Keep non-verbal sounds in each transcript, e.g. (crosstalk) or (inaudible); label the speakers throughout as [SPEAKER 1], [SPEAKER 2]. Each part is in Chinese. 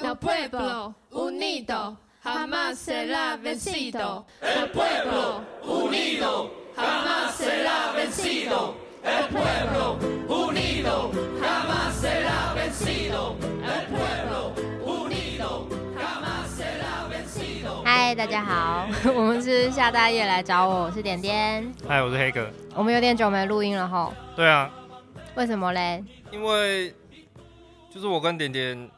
[SPEAKER 1] El pueblo unido jamás será vencido. El pueblo unido jamás será vencido. El pueblo unido jamás será vencido. El pueblo unido jamás será vencido.
[SPEAKER 2] 嗨，大家好， (laughs) 我们是夏大夜来找我，我是点点，
[SPEAKER 3] 嗨，我是黑哥。
[SPEAKER 2] 我们有点久没录音了吼，
[SPEAKER 3] 对啊，
[SPEAKER 2] 为什么嘞？
[SPEAKER 3] 因为就是我跟点点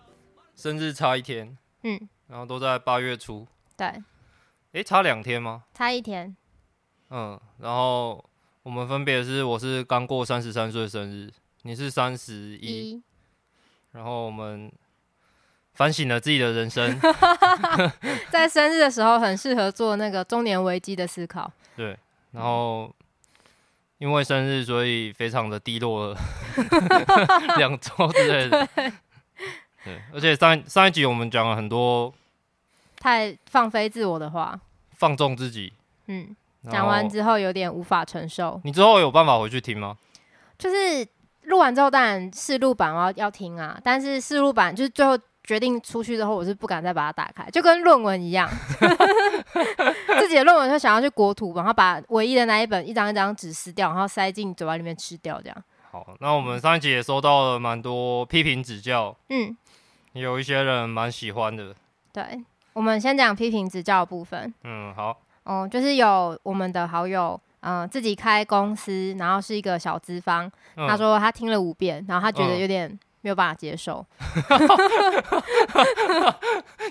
[SPEAKER 3] 生日差一天，
[SPEAKER 2] 嗯，
[SPEAKER 3] 然后都在八月初，
[SPEAKER 2] 对，
[SPEAKER 3] 诶，差两天吗？
[SPEAKER 2] 差一天，
[SPEAKER 3] 嗯，然后我们分别是我是刚过三十三岁生日，你是三十一，
[SPEAKER 2] 一
[SPEAKER 3] 然后我们反省了自己的人生，
[SPEAKER 2] 在生日的时候很适合做那个中年危机的思考，
[SPEAKER 3] 对，然后因为生日所以非常的低落了 (laughs) 两周之类的，对，而且上一上一集我们讲了很多
[SPEAKER 2] 太放飞自我的话，
[SPEAKER 3] 放纵自己。
[SPEAKER 2] 嗯，
[SPEAKER 3] 然
[SPEAKER 2] 讲完
[SPEAKER 3] 后
[SPEAKER 2] 之后有点无法承受，
[SPEAKER 3] 你之后有办法回去听吗？
[SPEAKER 2] 就是录完之后当然试录版我要要听啊，但是试录版就是最后。决定出去之后，我是不敢再把它打开，就跟论文一样， (laughs) 自己的论文就想要去国图，然后把唯一的那一本一张一张纸撕掉，然后塞进嘴巴里面吃掉，这样。
[SPEAKER 3] 好，那我们上一集也收到了蛮多批评指教，
[SPEAKER 2] 嗯，
[SPEAKER 3] 也有一些人蛮喜欢的。
[SPEAKER 2] 对，我们先讲批评指教的部分。
[SPEAKER 3] 嗯，好，
[SPEAKER 2] 哦、就是有我们的好友，嗯、自己开公司，然后是一个小资方，
[SPEAKER 3] 嗯、
[SPEAKER 2] 他说他听了五遍，然后他觉得
[SPEAKER 3] 嗯
[SPEAKER 2] 有点。没有办法接受，
[SPEAKER 3] (laughs)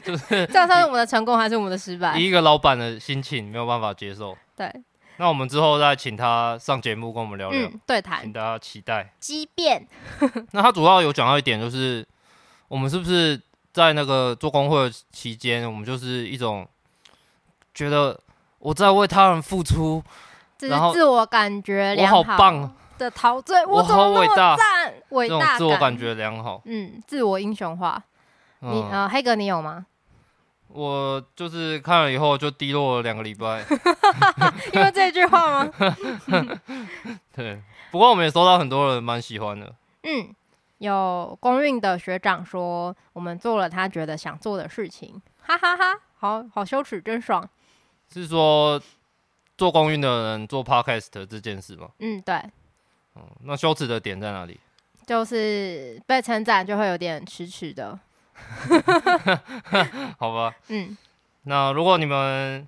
[SPEAKER 3] 就是
[SPEAKER 2] (laughs) 这样算是我们的成功还是我们的失败
[SPEAKER 3] 以？一个老板的心情没有办法接受。
[SPEAKER 2] 对，
[SPEAKER 3] 那我们之后再请他上节目跟我们聊聊，
[SPEAKER 2] 嗯，对
[SPEAKER 3] 请
[SPEAKER 2] 谈
[SPEAKER 3] 大家期待。
[SPEAKER 2] 畸变，
[SPEAKER 3] 那他主要有讲到一点，就是我们是不是在那个做工会的期间，我们就是一种觉得我在为他人付出，
[SPEAKER 2] 这
[SPEAKER 3] 然后
[SPEAKER 2] 是自我感觉
[SPEAKER 3] 我
[SPEAKER 2] 良
[SPEAKER 3] 好棒，
[SPEAKER 2] 的陶醉，我怎
[SPEAKER 3] 好
[SPEAKER 2] 么那
[SPEAKER 3] 伟
[SPEAKER 2] 么
[SPEAKER 3] 大，
[SPEAKER 2] 赞？伟
[SPEAKER 3] 这种
[SPEAKER 2] 大
[SPEAKER 3] 自我感，觉良好。
[SPEAKER 2] 嗯，自我英雄化。
[SPEAKER 3] 嗯、
[SPEAKER 2] 你呃，黑哥你有
[SPEAKER 3] (laughs)
[SPEAKER 2] 吗？
[SPEAKER 3] 我就是看了以后就低落了两个礼拜， (laughs)
[SPEAKER 2] 因为这句话吗？
[SPEAKER 3] 对。不过我们也收到很多人蛮喜欢的，
[SPEAKER 2] 嗯，有公运的学长说，我们做了他觉得想做的事情，哈哈哈好好羞耻，真爽。
[SPEAKER 3] 是说做公运的人做 podcast 这件事嘛？
[SPEAKER 2] 嗯，对，
[SPEAKER 3] 嗯，那羞耻的点在哪里？ (laughs)
[SPEAKER 2] 就是被称赞就会有点迟迟的。
[SPEAKER 3] 好吧，
[SPEAKER 2] 嗯，
[SPEAKER 3] 那如果你们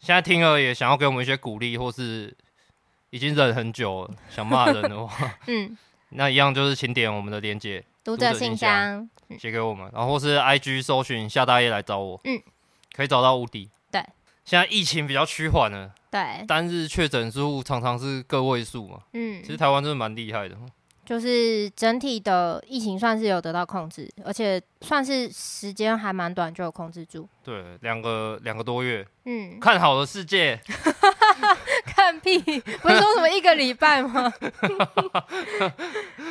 [SPEAKER 3] 现在听了也想要给我们一些鼓励，或是已经忍很久了想骂人的话，
[SPEAKER 2] (laughs) 嗯，
[SPEAKER 3] 那一样就是请点我们的链接
[SPEAKER 2] 读
[SPEAKER 3] 者
[SPEAKER 2] 者
[SPEAKER 3] 信
[SPEAKER 2] 信
[SPEAKER 3] 箱
[SPEAKER 2] 箱，
[SPEAKER 3] 写给我们，然后或是 IG 搜寻夏大爷来找我，
[SPEAKER 2] 嗯，
[SPEAKER 3] 可以找到无敌。
[SPEAKER 2] 对，
[SPEAKER 3] 现在疫情比较趋缓了。
[SPEAKER 2] 对，
[SPEAKER 3] 单日确诊数常常是个位数嘛，
[SPEAKER 2] 嗯
[SPEAKER 3] 其，实台湾真的蛮厉害的。
[SPEAKER 2] 就是整体的疫情算是有得到控制，而且算是时间还蛮短就有控制住。
[SPEAKER 3] 对，两个两个多月，
[SPEAKER 2] 嗯，
[SPEAKER 3] 看好了世界，
[SPEAKER 2] (laughs) 看屁！不是说什么一个礼拜吗？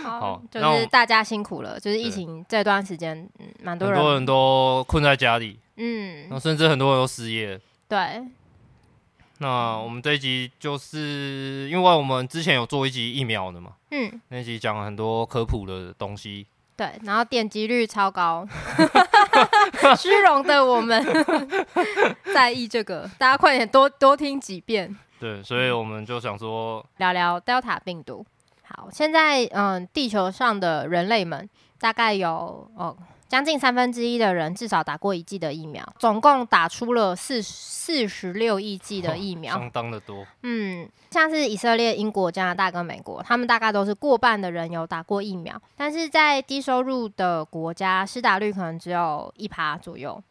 [SPEAKER 3] 好
[SPEAKER 2] 就
[SPEAKER 3] 那我
[SPEAKER 2] 是
[SPEAKER 3] 们
[SPEAKER 2] 大家辛苦了，就是疫
[SPEAKER 3] 对
[SPEAKER 2] 情这段时间，嗯，蛮多
[SPEAKER 3] 很
[SPEAKER 2] 人，
[SPEAKER 3] 多人都困在家里，然后
[SPEAKER 2] 嗯，
[SPEAKER 3] 甚至很多人都失业。
[SPEAKER 2] 对，
[SPEAKER 3] 那
[SPEAKER 2] 嗯
[SPEAKER 3] 我们这一集就是因为我们之前有做一集疫苗的嘛，
[SPEAKER 2] 嗯，
[SPEAKER 3] 那集讲了很多科普的东西，
[SPEAKER 2] 对，然后点击率超高， (laughs) 虚荣的我们在意这个，大家快点多多听几遍，
[SPEAKER 3] 对，所
[SPEAKER 2] 嗯
[SPEAKER 3] 以我们就想说，
[SPEAKER 2] 聊聊 Delta 病毒。好，现在嗯，地球上的人类们大概有哦，将近三分之一的人至少打过一剂的疫苗，总共打出了四四十六亿剂的疫苗。
[SPEAKER 3] 相当的多，
[SPEAKER 2] 嗯，像是以色列、英国、加拿大跟美国，他们大概都是过半的人有打过疫苗，但是在低收入的国家，施打率可能只有一趴左右。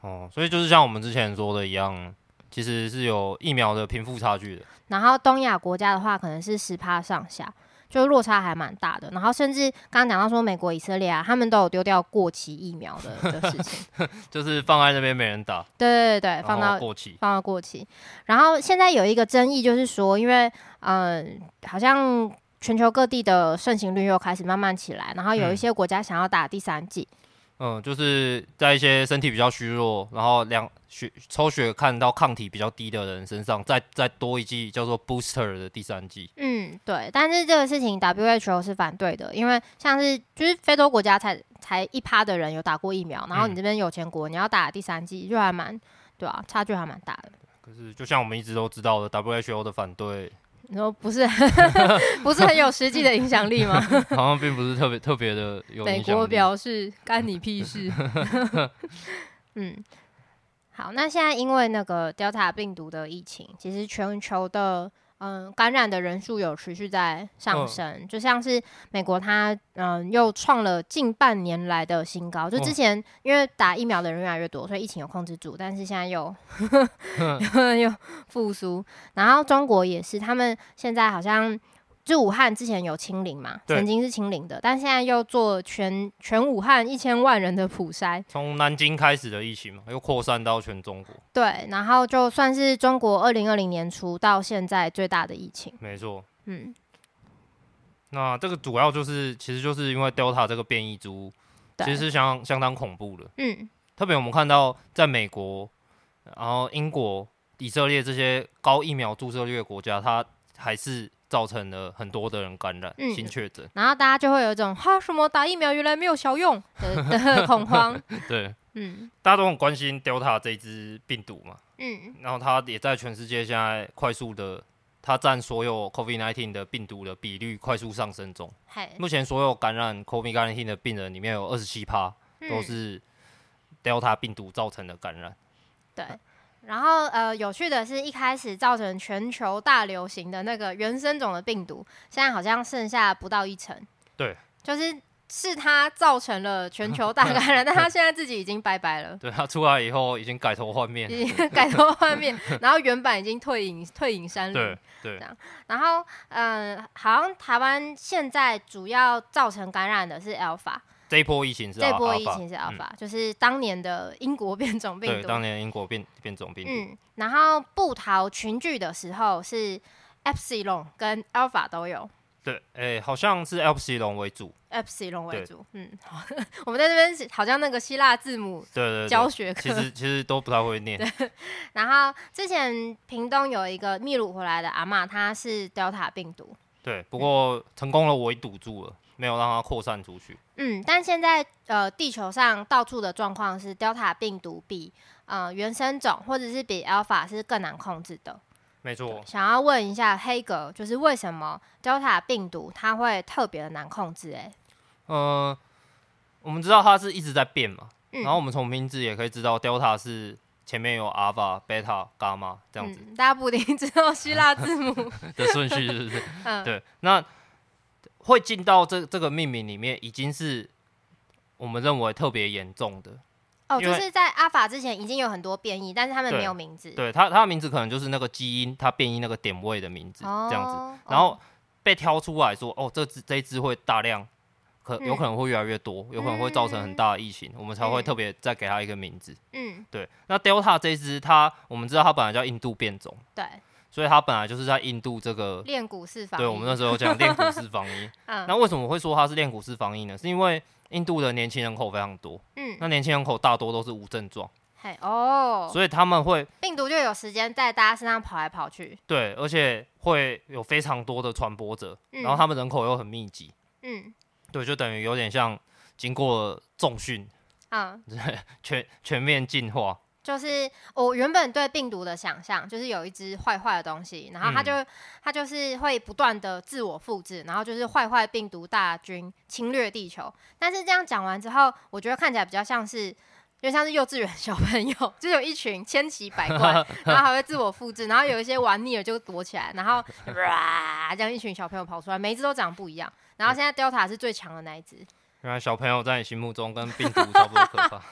[SPEAKER 3] 哦，所以就是像我们之前说的一样，其实是有疫苗的贫富差距的。
[SPEAKER 2] 然后东亚国家的话，可能是十趴上下，就落差还蛮大的。然后甚至刚刚讲到说，美国、以色列啊，他们都有丢掉过期疫苗的的事情。
[SPEAKER 3] 就是放在那边没人打，
[SPEAKER 2] 对对对，哎放
[SPEAKER 3] 然后
[SPEAKER 2] 到
[SPEAKER 3] 过期，
[SPEAKER 2] 放到过期。然后现在有一个争议，就是说，因为嗯、呃好像全球各地的盛行率又开始慢慢起来，然后有一
[SPEAKER 3] 嗯
[SPEAKER 2] 些国家想要打第三剂。
[SPEAKER 3] 嗯，就是在一些身体比较虚弱，然后量血抽血看到抗体比较低的人身上，再再多一剂叫做 booster 的第三剂。
[SPEAKER 2] 嗯，对，但是这个事情 WHO 是反对的，因为像是就是非洲国家才才一趴的人有打过疫苗，然后你
[SPEAKER 3] 嗯
[SPEAKER 2] 这边有全国你要打第三剂，就还蛮对啊，差距还蛮大的。
[SPEAKER 3] 可是就像我们一直都知道的，WHO 的反对 (laughs)
[SPEAKER 2] 你说不是 (laughs) 不是很 (laughs) 有实际的影响力吗？
[SPEAKER 3] 好像并不是特别特别的有
[SPEAKER 2] 美
[SPEAKER 3] 影响
[SPEAKER 2] 国
[SPEAKER 3] 力
[SPEAKER 2] 表示干你屁 (laughs) 事。嗯，好，那现在因为那个 Delta 病毒的疫情，其实全球的嗯感染的人数有持续在上
[SPEAKER 3] 嗯
[SPEAKER 2] 升，就像是美国它嗯又创了近半年来的新高。就
[SPEAKER 3] 哦
[SPEAKER 2] 之前、因为打疫苗的人越来越多，所以疫情有控制住，但是现在又 (laughs)
[SPEAKER 3] 嗯
[SPEAKER 2] 又复苏。然后中国也是，他们现在好像就武汉之前有清零嘛，
[SPEAKER 3] 对
[SPEAKER 2] 曾经是清零的，但现在又做全全武汉一千万人的普筛，
[SPEAKER 3] 从南京开始的疫情嘛，又扩散到全中国，
[SPEAKER 2] 对，然后就算是中国二零二零年初到现在最大的疫情，
[SPEAKER 3] 没错。
[SPEAKER 2] 嗯，
[SPEAKER 3] 那这个主要就是，其实就是因为 Delta 这个变异株，
[SPEAKER 2] 对，
[SPEAKER 3] 其实是相相当恐怖的。
[SPEAKER 2] 嗯，
[SPEAKER 3] 特别我们看到，在美国、然后英国、以色列这些高疫苗注射率的国家，它还是造成了很多的人感染、
[SPEAKER 2] 嗯
[SPEAKER 3] 新确诊。
[SPEAKER 2] 然后大家就会有一种哈什么打疫苗原来没有效用的的恐慌，
[SPEAKER 3] 对，
[SPEAKER 2] 嗯
[SPEAKER 3] 大家都很关心 Delta 这只病毒嘛，
[SPEAKER 2] 嗯
[SPEAKER 3] 然后它也在全世界现在快速的，它占所有 COVID-19 的病毒的比率快速上升中。
[SPEAKER 2] 嘿，
[SPEAKER 3] 目前所有感染 COVID-19 的病人里面有二十七趴都
[SPEAKER 2] 嗯
[SPEAKER 3] 是 Delta 病毒造成的感染。
[SPEAKER 2] 对。然后呃，有趣的是，一开始造成全球大流行的那个原生种的病毒，现在好像剩下不到一成。
[SPEAKER 3] 对，
[SPEAKER 2] 就是是它造成了全球大感
[SPEAKER 3] (laughs)
[SPEAKER 2] 染，但它现在自己已经拜拜了，
[SPEAKER 3] 对，它出来以后已经改头换面。
[SPEAKER 2] 已经 (laughs) 改头换
[SPEAKER 3] (laughs)
[SPEAKER 2] 面，然后原版已经退隐退隐山林
[SPEAKER 3] 对。对
[SPEAKER 2] 这样然后嗯、呃好像台湾现在主要造成感染的是 Alpha，
[SPEAKER 3] 这一波疫情是
[SPEAKER 2] 这波疫
[SPEAKER 3] Alpha
[SPEAKER 2] 情是
[SPEAKER 3] 嗯
[SPEAKER 2] Alpha，、就是当年的英国变种病
[SPEAKER 3] 对，
[SPEAKER 2] 毒。
[SPEAKER 3] 当年英国变变种病毒，
[SPEAKER 2] 嗯，然后布桃群聚的时候是 epsilon 跟 alpha 都有
[SPEAKER 3] 对，诶、好像是 Epsilon 为主，
[SPEAKER 2] epsilon 为
[SPEAKER 3] 对
[SPEAKER 2] 主。嗯， (laughs) 好，我们在这边是好像那个希腊字母
[SPEAKER 3] 对对对，
[SPEAKER 2] 教学
[SPEAKER 3] 其
[SPEAKER 2] 课。
[SPEAKER 3] 实其实都不太会念，
[SPEAKER 2] 然后之前屏东有一个秘鲁回来的阿嬷，她是 delta 病毒。
[SPEAKER 3] 对，不过成功了围堵住了，没有让它扩散出去，
[SPEAKER 2] 嗯，但现在呃，地球上到处的状况是 delta 病毒比呃原生种或者是比 alpha 是更难控制的。
[SPEAKER 3] 没错，
[SPEAKER 2] 想要问一下黑格，就是为什么 delta 病毒它会特别的难控制、欸？哎，
[SPEAKER 3] 呃，我们知道它是一直在变嘛，
[SPEAKER 2] 嗯
[SPEAKER 3] 然后我们从名字也可以知道 Delta 是前面有 Alpha、Beta、Gamma 这样子
[SPEAKER 2] 嗯，大家不一定知道希腊字
[SPEAKER 3] (laughs)
[SPEAKER 2] 母，
[SPEAKER 3] 的顺序，是不是？
[SPEAKER 2] (laughs) 嗯，
[SPEAKER 3] 对，那会进到这这个命名里面，已经是我们认为特别严重的，
[SPEAKER 2] 哦，
[SPEAKER 3] 因
[SPEAKER 2] 就
[SPEAKER 3] 为
[SPEAKER 2] 是在阿法之前已经有很多变异，但是他们
[SPEAKER 3] 对
[SPEAKER 2] 没有名字，
[SPEAKER 3] 对它它的名字可能就是那个基因它变异那个点位的名字
[SPEAKER 2] 哦，
[SPEAKER 3] 这样子，然后被挑出来说，哦，这只这一只会大量，可有
[SPEAKER 2] 嗯
[SPEAKER 3] 可能会越来越多，有可能会造成很大的疫情，我们才会
[SPEAKER 2] 嗯
[SPEAKER 3] 特别再给它一个名字。
[SPEAKER 2] 嗯，
[SPEAKER 3] 对，那 Delta 这一只它我们知道它本来叫印度变种，
[SPEAKER 2] 对，
[SPEAKER 3] 所以它本来就是在印度这个，
[SPEAKER 2] 练骨四法，
[SPEAKER 3] 对我们那时候
[SPEAKER 2] (laughs)
[SPEAKER 3] 讲练骨式防疫。
[SPEAKER 2] 嗯
[SPEAKER 3] 那为什么会说它是练骨式防疫呢？是因为印度的年轻人口非常多，
[SPEAKER 2] 嗯，
[SPEAKER 3] 那年轻人口大多都是无症状，
[SPEAKER 2] 嘿哦，
[SPEAKER 3] 所以他们会
[SPEAKER 2] 病毒就有时间在大家身上跑来跑去，
[SPEAKER 3] 对，而且会有非常多的传播者，
[SPEAKER 2] 嗯
[SPEAKER 3] 然后他们人口又很密集，
[SPEAKER 2] 嗯
[SPEAKER 3] 对，就等于有点像经过了重训，
[SPEAKER 2] 嗯，
[SPEAKER 3] 全全面进化，
[SPEAKER 2] 就是我原本对病毒的想象就是有一只坏坏的东西，然后它就、它就是会不断的自我复制，然后就是坏坏病毒大军侵略地球。但是这样讲完之后，我觉得看起来比较像是。就像是幼稚园小朋友， (laughs) 就是有一群千奇百怪，然后还会自我复制，然后有一些玩腻了就躲起来，然后哇，这样一群小朋友跑出来，每一只都长不一样。然后现在 Delta 是最强的那一只，
[SPEAKER 3] 原来小朋友在你心目中跟病毒差不多可怕。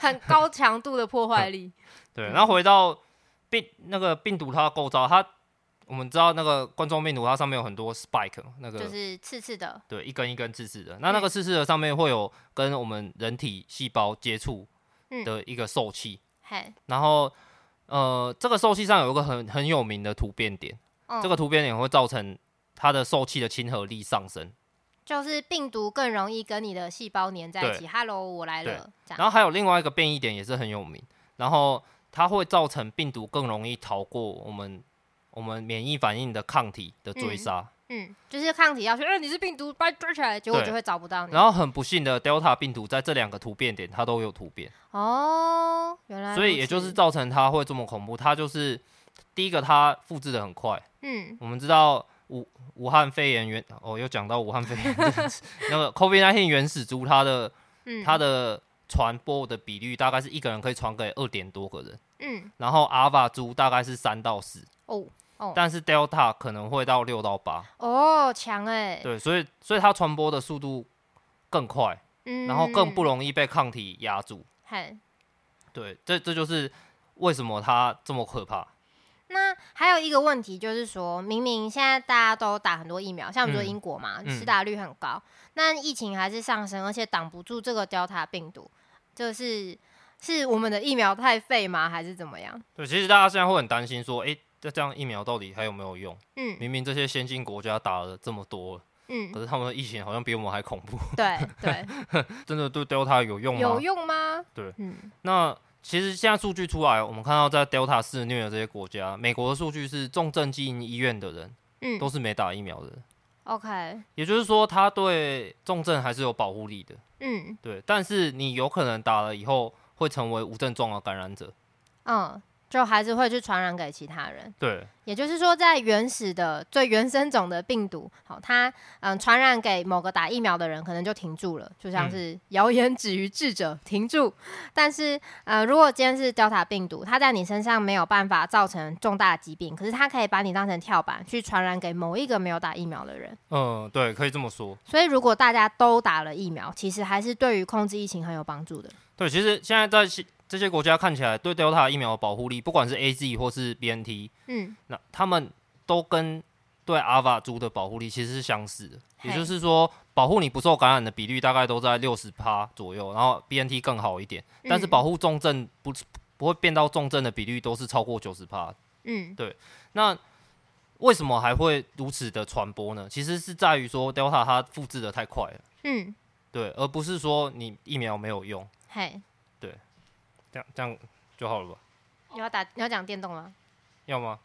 [SPEAKER 2] 很高强度的破坏力。 (laughs)
[SPEAKER 3] 对，然后回到病那个病毒它的构造，它我们知道那个冠状病毒它上面有很多 spike 嘛那个、
[SPEAKER 2] 就是刺刺的，
[SPEAKER 3] 对一根一根刺刺的，那那个刺刺的上面会有跟我们人体细胞接触
[SPEAKER 2] 嗯
[SPEAKER 3] 的一个受器，
[SPEAKER 2] 嘿，
[SPEAKER 3] 然后呃这个受器上有一个很很有名的突变点，
[SPEAKER 2] 嗯
[SPEAKER 3] 这个突变点会造成它的受器的亲和力上升。
[SPEAKER 2] 就是病毒更容易跟你的细胞粘在一起。Hello，我来了，这样。
[SPEAKER 3] 然后还有另外一个变异点也是很有名，然后它会造成病毒更容易逃过我们我们免疫反应的抗体的追杀，
[SPEAKER 2] 嗯，就是抗体要去，哎、你是病毒，把你抓起来，结果
[SPEAKER 3] 对
[SPEAKER 2] 就会找不到你。
[SPEAKER 3] 然后很不幸的，Delta 病毒在这两个突变点它都有突变，
[SPEAKER 2] 哦，原来，
[SPEAKER 3] 所以也就是，造成它会这么恐怖。它就是第一个，它复制的很快。
[SPEAKER 2] 嗯，
[SPEAKER 3] 我们知道武武汉肺炎原哦，又讲到武汉肺炎 (laughs) 那个 COVID-19 原始株，它的
[SPEAKER 2] 嗯，
[SPEAKER 3] 它，的传播的比率大概是一个人可以传给二点多个人，
[SPEAKER 2] 嗯，
[SPEAKER 3] 然后阿尔法株大概是三到四，
[SPEAKER 2] 哦，哦
[SPEAKER 3] 但是 Delta 可能会到六到八，
[SPEAKER 2] 哦，强哎、
[SPEAKER 3] 对，所以所以它传播的速度更快，
[SPEAKER 2] 嗯，
[SPEAKER 3] 然后更不容易被抗体压住，
[SPEAKER 2] 嘿。
[SPEAKER 3] 对，这这就是为什么它这么可怕，
[SPEAKER 2] 那还有一个问题就是说，明明现在大家都打很多疫苗，像我们说
[SPEAKER 3] 嗯
[SPEAKER 2] 英国嘛，
[SPEAKER 3] 嗯
[SPEAKER 2] 施打率很高，那疫情还是上升，而且挡不住这个 Delta 病毒，就是是我们的疫苗太废吗，还是怎么样？
[SPEAKER 3] 对，其实大家现在会很担心说，诶，这这样疫苗到底还有没有用？
[SPEAKER 2] 嗯
[SPEAKER 3] 明明这些先进国家打了这么多了，
[SPEAKER 2] 嗯
[SPEAKER 3] 可，是他们的疫情好像比我们还恐怖， (laughs)
[SPEAKER 2] (laughs) 对对，
[SPEAKER 3] 真的对 Delta 有用吗？
[SPEAKER 2] 有用吗？
[SPEAKER 3] 对，
[SPEAKER 2] 嗯
[SPEAKER 3] 那其实现在数据出来，我们看到在 Delta 肆虐的这些国家，美国的数据是重症基因医院的人
[SPEAKER 2] 嗯
[SPEAKER 3] 都是没打疫苗的，
[SPEAKER 2] ，OK，
[SPEAKER 3] 也就是说他对重症还是有保护力的。
[SPEAKER 2] 嗯
[SPEAKER 3] 对，但是你有可能打了以后会成为无症状的感染者。
[SPEAKER 2] 嗯，就还是会去传染给其他人。
[SPEAKER 3] 对
[SPEAKER 2] 也就是说，在原始的最原生种的病毒，好，它嗯传染给某个打疫苗的人，可能就停住了，就
[SPEAKER 3] 嗯
[SPEAKER 2] 像是谣言止于智者，停住。但是呃，如果今天是 Delta 病毒，它在你身上没有办法造成重大疾病，可是它可以把你当成跳板去传染给某一个没有打疫苗的人。
[SPEAKER 3] 嗯，对，可以这么说。
[SPEAKER 2] 所以，如果大家都打了疫苗，其实还是对于控制疫情很有帮助的。
[SPEAKER 3] 对，其实现在在西这些国家看起来，对 Delta 疫苗的保护力，不管是 A Z 或是 B N T，
[SPEAKER 2] 嗯
[SPEAKER 3] 那他们都跟对阿 l 猪的保护力其实是相似的，
[SPEAKER 2] 嘿
[SPEAKER 3] 也就是说，保护你不受感染的比率大概都在六十趴左右，然后 BNT 更好一点，但是
[SPEAKER 2] 嗯
[SPEAKER 3] 保护重症不不会变到重症的比率都是超过九十趴。
[SPEAKER 2] 嗯
[SPEAKER 3] 那为什么还会如此的传播呢？其实是在于说 Delta 它复制的太快了，
[SPEAKER 2] 嗯，
[SPEAKER 3] 对，而不是说你疫苗没有用，
[SPEAKER 2] 嘿，
[SPEAKER 3] 这样这样就好了吧？
[SPEAKER 2] 你要打你要讲电动吗？
[SPEAKER 3] 要吗？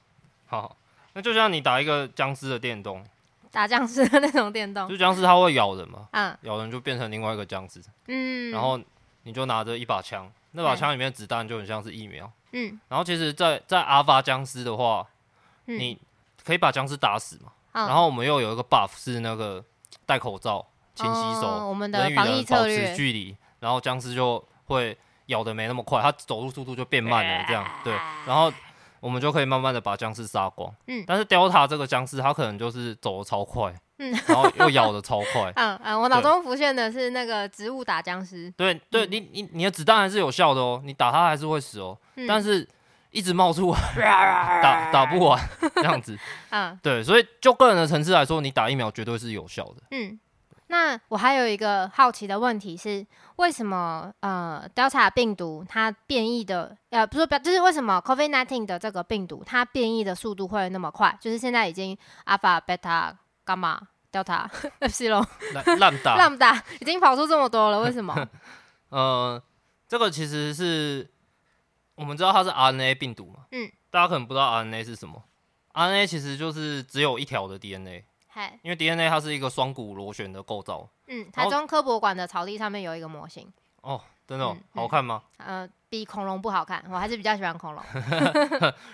[SPEAKER 3] 好好，那就像你打一个僵尸的电动，
[SPEAKER 2] 打僵尸的那种电动。
[SPEAKER 3] 就僵尸它会咬人嘛，
[SPEAKER 2] 啊，
[SPEAKER 3] 咬人就变成另外一个僵尸，
[SPEAKER 2] 嗯，
[SPEAKER 3] 然后你就拿着一把枪，那把枪里面的子弹就很像是疫苗。
[SPEAKER 2] 嗯，
[SPEAKER 3] 然后其实在，在阿法僵尸的话，
[SPEAKER 2] 嗯
[SPEAKER 3] 你可以把僵尸打死
[SPEAKER 2] 嗯
[SPEAKER 3] 嘛。然后我们又有一个 buff 是那个戴口罩、勤洗手、
[SPEAKER 2] 哦我们的
[SPEAKER 3] 人与
[SPEAKER 2] 防疫
[SPEAKER 3] 人保
[SPEAKER 2] 策
[SPEAKER 3] 持
[SPEAKER 2] 略，
[SPEAKER 3] 距离，然后僵尸就会咬的没那么快，它走路速度就变慢了，这样对。然后我们就可以慢慢的把僵尸杀光。
[SPEAKER 2] 哎嗯
[SPEAKER 3] 但是 Delta 这个僵尸，它可能就是走的超快，
[SPEAKER 2] 嗯。
[SPEAKER 3] 然后又咬的超快
[SPEAKER 2] 嗯嗯，我脑
[SPEAKER 3] 对
[SPEAKER 2] 中浮现的是那个植物打僵尸，
[SPEAKER 3] 对对，你你你的子弹还是有效的哦，你打它还是会死哦，
[SPEAKER 2] 嗯
[SPEAKER 3] 但是一直
[SPEAKER 2] (laughs)
[SPEAKER 3] 冒出来，打打不完这样子。
[SPEAKER 2] 嗯
[SPEAKER 3] 对，所以就个人的层次来说，你打疫苗绝对是有效的。
[SPEAKER 2] 嗯。那我还有一个好奇的问题是，为什么呃，Delta 病毒它变异的呃，不是不就是为什么 COVID-19 的这个病毒它变异的速度会那么快？就是现在已经 Alpha、Beta、Gamma、Delta、Epsilon、 (laughs)
[SPEAKER 3] 烂烂打
[SPEAKER 2] Lambda 已经跑出这么多了，为什么？
[SPEAKER 3] 呃，这个其实是我们知道它是 RNA 病毒嘛，
[SPEAKER 2] 嗯，
[SPEAKER 3] 大家可能不知道 RNA 是什么。RNA 其实就是只有一条的 DNA，
[SPEAKER 2] 嗨，
[SPEAKER 3] 因为 DNA 它是一个双股螺旋的构造。
[SPEAKER 2] 嗯，
[SPEAKER 3] 然
[SPEAKER 2] 台
[SPEAKER 3] 后
[SPEAKER 2] 中科博馆的草地上面有一个模型。
[SPEAKER 3] 哦，真的、哦
[SPEAKER 2] 嗯嗯
[SPEAKER 3] 好看吗？
[SPEAKER 2] 呃，比恐龙不好看，我还是比较喜欢
[SPEAKER 3] (laughs)
[SPEAKER 2] 恐龙。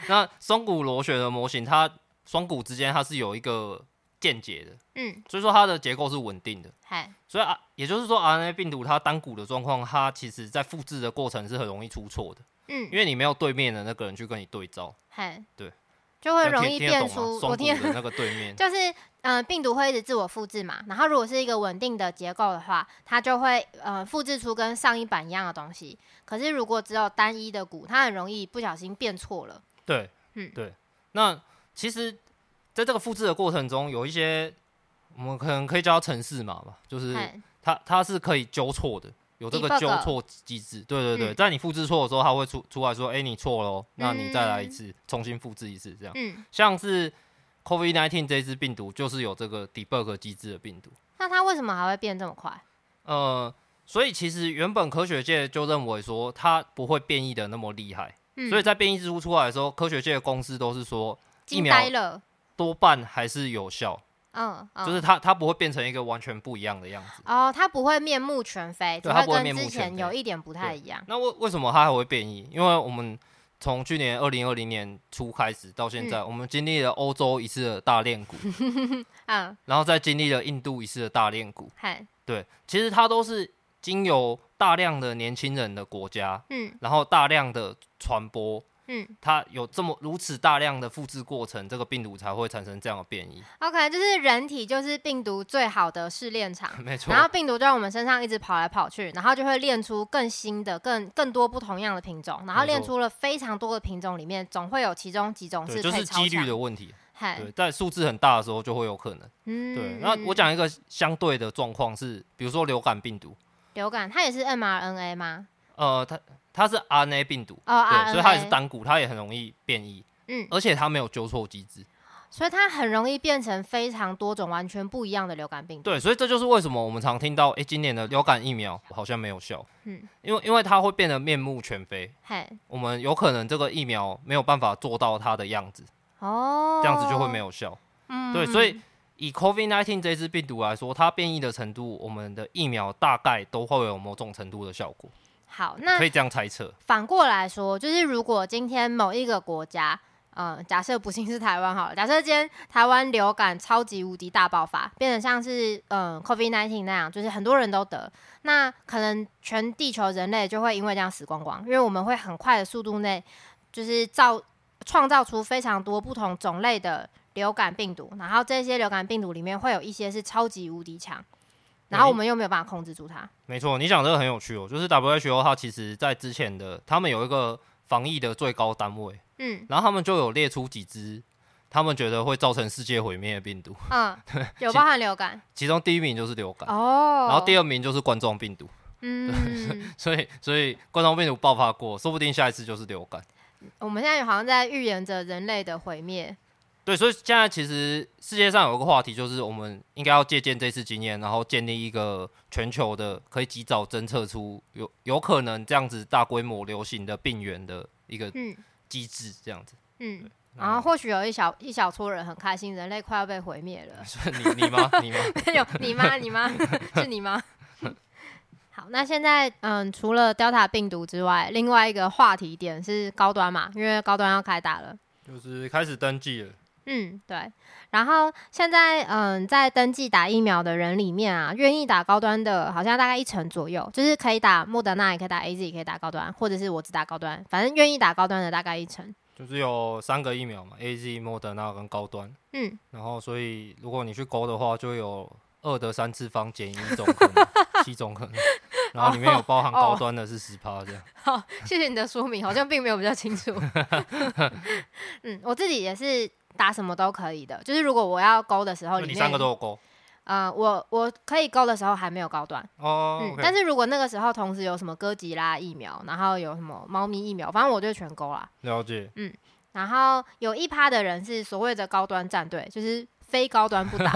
[SPEAKER 3] 那双股螺旋的模型，它双股之间它是有一个间接的，
[SPEAKER 2] 嗯，
[SPEAKER 3] 所以说它的结构是稳定的。
[SPEAKER 2] 嗨，
[SPEAKER 3] 所以啊，也就是说，RNA 病毒它单股的状况，它其实在复制的过程是很容易出错的，
[SPEAKER 2] 嗯
[SPEAKER 3] 因，为你没有对面的那个人去跟你对照，
[SPEAKER 2] 嗨，
[SPEAKER 3] 对，
[SPEAKER 2] 就会
[SPEAKER 3] 这样
[SPEAKER 2] 容
[SPEAKER 3] 听
[SPEAKER 2] 易
[SPEAKER 3] 听得
[SPEAKER 2] 变
[SPEAKER 3] 懂吗啊
[SPEAKER 2] 出。
[SPEAKER 3] 双
[SPEAKER 2] 我
[SPEAKER 3] 股
[SPEAKER 2] 听，。
[SPEAKER 3] 的那个对
[SPEAKER 2] (laughs)
[SPEAKER 3] 面
[SPEAKER 2] 就是呃，病毒会一直自我复制嘛，然后如果是一个稳定的结构的话，它就会呃复制出跟上一版一样的东西。可是如果只有单一的股，它很容易不小心变错了。
[SPEAKER 3] 对，
[SPEAKER 2] 嗯
[SPEAKER 3] 对。那其实在这个复制的过程中，有一些我们可能可以叫它程式码吧，就是
[SPEAKER 2] 嗨，
[SPEAKER 3] 它它是可以纠错的，有这个
[SPEAKER 2] Debug
[SPEAKER 3] 纠错机制。对对对，
[SPEAKER 2] 嗯
[SPEAKER 3] 在你复制错的时候，它会出出来说：“哎、你错喽，那你再来一次，重新复制一次。”这样，
[SPEAKER 2] 嗯，
[SPEAKER 3] 像是 COVID-19 这一支病毒就是有这个 debug 机制的病毒。
[SPEAKER 2] 那它为什么还会变这么快？
[SPEAKER 3] 呃，所以其实原本科学界就认为说它不会变异的那么厉害，
[SPEAKER 2] 嗯，
[SPEAKER 3] 所以在变异之初出来的时候，科学界的公司都是说疫
[SPEAKER 2] 惊
[SPEAKER 3] 苗
[SPEAKER 2] 呆了。
[SPEAKER 3] 多半还是有效，
[SPEAKER 2] 嗯，嗯
[SPEAKER 3] 就是它它不会变成一个完全不一样的样子。
[SPEAKER 2] 哦，它不会面目全非，只
[SPEAKER 3] 对它不会
[SPEAKER 2] 跟
[SPEAKER 3] 面目
[SPEAKER 2] 之前
[SPEAKER 3] 全非
[SPEAKER 2] 有一点不太一样。
[SPEAKER 3] 那为为什么它还会变异？因为我们从去年二零二零年初开始到现在，我们经历了欧洲一次的大炼股，
[SPEAKER 2] 嗯，
[SPEAKER 3] 然后再经历了印度一次的大炼股。
[SPEAKER 2] 嗨，
[SPEAKER 3] 对，其实它都是经由大量的年轻人的国家，
[SPEAKER 2] 嗯
[SPEAKER 3] 然后大量的传播，
[SPEAKER 2] 嗯
[SPEAKER 3] 它有这么如此大量的复制过程，这个病毒才会产生这样的变异。 (laughs)
[SPEAKER 2] ，OK，就是人体就是病毒最好的试炼场。
[SPEAKER 3] 没错
[SPEAKER 2] 然，后病毒就在我们身上一直跑来跑去，然后就会练出更新的、更更多不同样的品种，然后
[SPEAKER 3] 没错
[SPEAKER 2] 练出了非常多的品种，里面总会有其中几种
[SPEAKER 3] 对，
[SPEAKER 2] 是
[SPEAKER 3] 就
[SPEAKER 2] 可以
[SPEAKER 3] 是
[SPEAKER 2] 超
[SPEAKER 3] 几率
[SPEAKER 2] 强
[SPEAKER 3] 的。问题。
[SPEAKER 2] 嗨，
[SPEAKER 3] 对，在数字很大的时候就会有可能。
[SPEAKER 2] 嗯
[SPEAKER 3] 对，那我讲一个相对的状况是，比如说流感病毒，
[SPEAKER 2] 流感，它也是 mRNA 吗？
[SPEAKER 3] 呃，它它是 RNA 病毒，
[SPEAKER 2] 哦
[SPEAKER 3] 对，
[SPEAKER 2] ，RNA，
[SPEAKER 3] 所以它也是单股，它也很容易变异，
[SPEAKER 2] 嗯，
[SPEAKER 3] 而且它没有纠错机制。
[SPEAKER 2] 所以它很容易变成非常多种完全不一样的流感病毒。
[SPEAKER 3] 对，所以这就是为什么我们常听到，诶，今年的流感疫苗好像没有效，
[SPEAKER 2] 嗯
[SPEAKER 3] 嗯，因为因为它会变得面目全非，
[SPEAKER 2] 嗨，
[SPEAKER 3] 我们有可能这个疫苗没有办法做到它的样子，
[SPEAKER 2] 哦，
[SPEAKER 3] 这样子就会没
[SPEAKER 2] 有。
[SPEAKER 3] 有效。
[SPEAKER 2] 嗯
[SPEAKER 3] 对，所以以 COVID-19 这支病毒来说，它变异的程度，我们的疫苗大概都会有某种程度的效果，
[SPEAKER 2] 好，那
[SPEAKER 3] 可以这样猜测。
[SPEAKER 2] 反过来说，就是如果今天某一个国家，呃，假设不幸是台湾好了，假设今天台湾流感超级无敌大爆发，变得像是嗯、COVID nineteen 那样，就是很多人都得，那可能全地球人类就会因为这样死光光，因为我们会很快的速度内，就是造创造出非常多不同种类的流感病毒，然后这些流感病毒里面会有一些是超级无敌强，然后我们又没有办法控制住它。
[SPEAKER 3] 没错，你讲这个很有趣哦，就是 WHO 它其实在之前的，他们有一个防疫的最高单位， (laughs)
[SPEAKER 2] 嗯
[SPEAKER 3] 然后他们就有列出几支他们觉得会造成世界毁灭的病毒，
[SPEAKER 2] 嗯，有包含流感
[SPEAKER 3] 其中第一名就是流感，
[SPEAKER 2] 哦，
[SPEAKER 3] (laughs) 然后第二名就是冠状病毒， (laughs)
[SPEAKER 2] 嗯，
[SPEAKER 3] 所以所以冠状病毒爆发过，说不定下一次就是流感。
[SPEAKER 2] 我们现在好像在预言着人类的毁灭。
[SPEAKER 3] 对，所以现在其实世界上有一个话题，就是我们应该要借鉴这次经验，然后建立一个全球的可以及早侦测出有有可能这样子大规模流行的病源的一个
[SPEAKER 2] 嗯
[SPEAKER 3] 机制，这样子。
[SPEAKER 2] 嗯，
[SPEAKER 3] 那
[SPEAKER 2] 然后或许有一小一小撮人很开心，人类快要被毁灭
[SPEAKER 3] (laughs)
[SPEAKER 2] 了。
[SPEAKER 3] 是你你吗？你吗？
[SPEAKER 2] 没有你妈，你
[SPEAKER 3] (laughs)
[SPEAKER 2] 妈是你妈。 (laughs) 好，那现在嗯，除了 Delta 病毒之外，另外一个话题点是高端嘛，因为高端要开打了。
[SPEAKER 3] 就是开始登记了。
[SPEAKER 2] 嗯，对。然后现在，嗯，在登记打疫苗的人里面啊，愿意打高端的，好像大概一成左右，就是可以打莫德纳，也可以打 A Z，也可以打高端，或者是我只打高端，反正愿意打高端的大概一成。
[SPEAKER 3] 就是有三个疫苗嘛，A、Z、莫德纳跟高端，
[SPEAKER 2] 嗯，
[SPEAKER 3] 然后所以如果你去勾的话，就有二的三次
[SPEAKER 2] (laughs)
[SPEAKER 3] 方减一种可能，七种可能，然后里面有包含
[SPEAKER 2] 哦
[SPEAKER 3] 高端的是十趴这样。
[SPEAKER 2] 好， (laughs) 谢谢你的说明，好像并没有比较清楚。 (laughs) 嗯，我自己也是打什么都可以的，就是如果我要勾的时候，
[SPEAKER 3] 就
[SPEAKER 2] 里
[SPEAKER 3] 你
[SPEAKER 2] 面
[SPEAKER 3] 三个都有勾
[SPEAKER 2] 呃，我我可以勾的时候还没有高端，
[SPEAKER 3] 哦
[SPEAKER 2] 嗯，
[SPEAKER 3] ，OK，
[SPEAKER 2] 但是如果那个时候同时有什么哥吉拉疫苗，然后有什么猫咪疫苗，反正我就全勾啦。
[SPEAKER 3] 了解。
[SPEAKER 2] 然后有一趴的人是所谓的高端战队，就是非高端
[SPEAKER 3] (laughs)
[SPEAKER 2] 不打。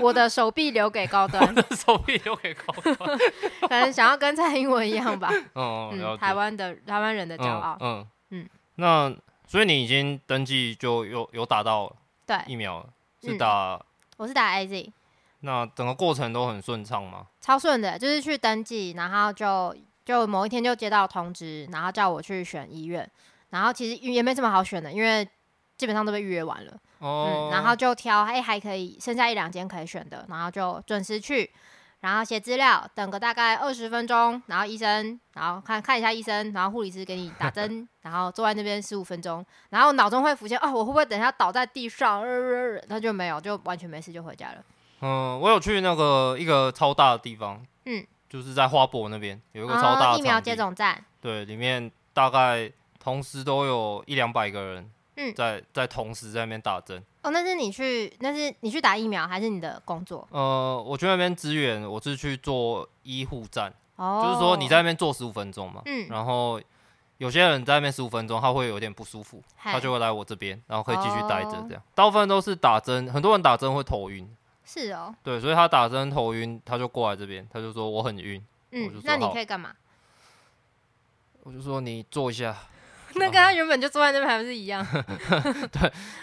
[SPEAKER 2] 我的手臂留给高
[SPEAKER 3] (laughs)
[SPEAKER 2] 端，
[SPEAKER 3] 手臂留给高 (laughs) 端，
[SPEAKER 2] 可能想要跟蔡英文一样吧。
[SPEAKER 3] 嗯，了
[SPEAKER 2] 嗯，
[SPEAKER 3] 解
[SPEAKER 2] 台湾的台湾人的骄傲。
[SPEAKER 3] 嗯
[SPEAKER 2] 嗯
[SPEAKER 3] 嗯，那所以你已经登记就有有打到
[SPEAKER 2] 对，
[SPEAKER 3] 疫苗了，
[SPEAKER 2] 嗯
[SPEAKER 3] 是打
[SPEAKER 2] 我是打 AZ，
[SPEAKER 3] 那整个过程都很顺畅吗？
[SPEAKER 2] 超顺的，就是去登记，然后就就某一天就接到通知，然后叫我去选医院，然后其实也没什么好选的，因为基本上都被预约完了。
[SPEAKER 3] 哦
[SPEAKER 2] 嗯，，
[SPEAKER 3] (laughs)
[SPEAKER 2] 然后就挑哎、还可以，剩下一两间可以选的，然后就准时去，然后写资料，等个大概二十分钟，然后医生，然后看看一下医生，然后护理师给你打针，然后坐在那边十五分钟，然后脑中会浮现哦，我会不会等一下倒在地上？呃呃呃那就没有，就完全没事就回家了。
[SPEAKER 3] 嗯，我有去那个一个超大的地方，
[SPEAKER 2] 嗯，
[SPEAKER 3] 就是在花博那边有一个
[SPEAKER 2] 啊
[SPEAKER 3] 超大的
[SPEAKER 2] 疫苗
[SPEAKER 3] 场地
[SPEAKER 2] 接种站，
[SPEAKER 3] 对，里面大概同时都有一两百个人，
[SPEAKER 2] 嗯
[SPEAKER 3] 在在同时在那边打针。
[SPEAKER 2] 哦，那是你去，那是你去打疫苗还是你的工作？
[SPEAKER 3] 呃，我去那边支援，我是去做医护站，
[SPEAKER 2] 哦，
[SPEAKER 3] 就是说你在那边做十五分钟嘛，
[SPEAKER 2] 嗯
[SPEAKER 3] 然后有些人在那边十五分钟他会有点不舒服，
[SPEAKER 2] 嗨
[SPEAKER 3] 他就会来我这边，然后可以继续待着
[SPEAKER 2] 哦
[SPEAKER 3] 这样。大部分都是打针，很多人打针会头晕，
[SPEAKER 2] 是哦，
[SPEAKER 3] 对，所以他打针头晕，他就过来这边，他就说我很晕，我就
[SPEAKER 2] 嗯
[SPEAKER 3] 说，
[SPEAKER 2] 那你
[SPEAKER 3] 好
[SPEAKER 2] 可以干嘛？
[SPEAKER 3] 我就说你坐一下，
[SPEAKER 2] (laughs) 那跟他原本就坐在那边还不是一样？
[SPEAKER 3] (laughs)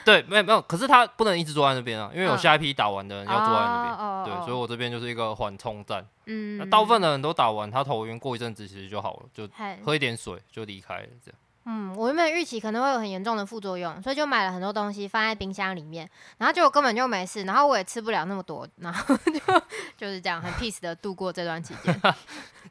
[SPEAKER 3] 对，没有没有，可是他不能一直坐在那边啊，因为有下一批打完的人要坐在那边。
[SPEAKER 2] 嗯哦
[SPEAKER 3] 对，所以我这边就是一个缓冲站。
[SPEAKER 2] 嗯
[SPEAKER 3] 那大部分的人都打完，他头晕过一阵子其实就好了，就
[SPEAKER 2] 嗨
[SPEAKER 3] 喝一点水就离开了。这样
[SPEAKER 2] 嗯，我原本预期可能会有很严重的副作用，所以就买了很多东西放在冰箱里面，然后结果根本就没事，然后我也吃不了那么多，然后就 (laughs) 就是这样很 peace 的度过这段期间。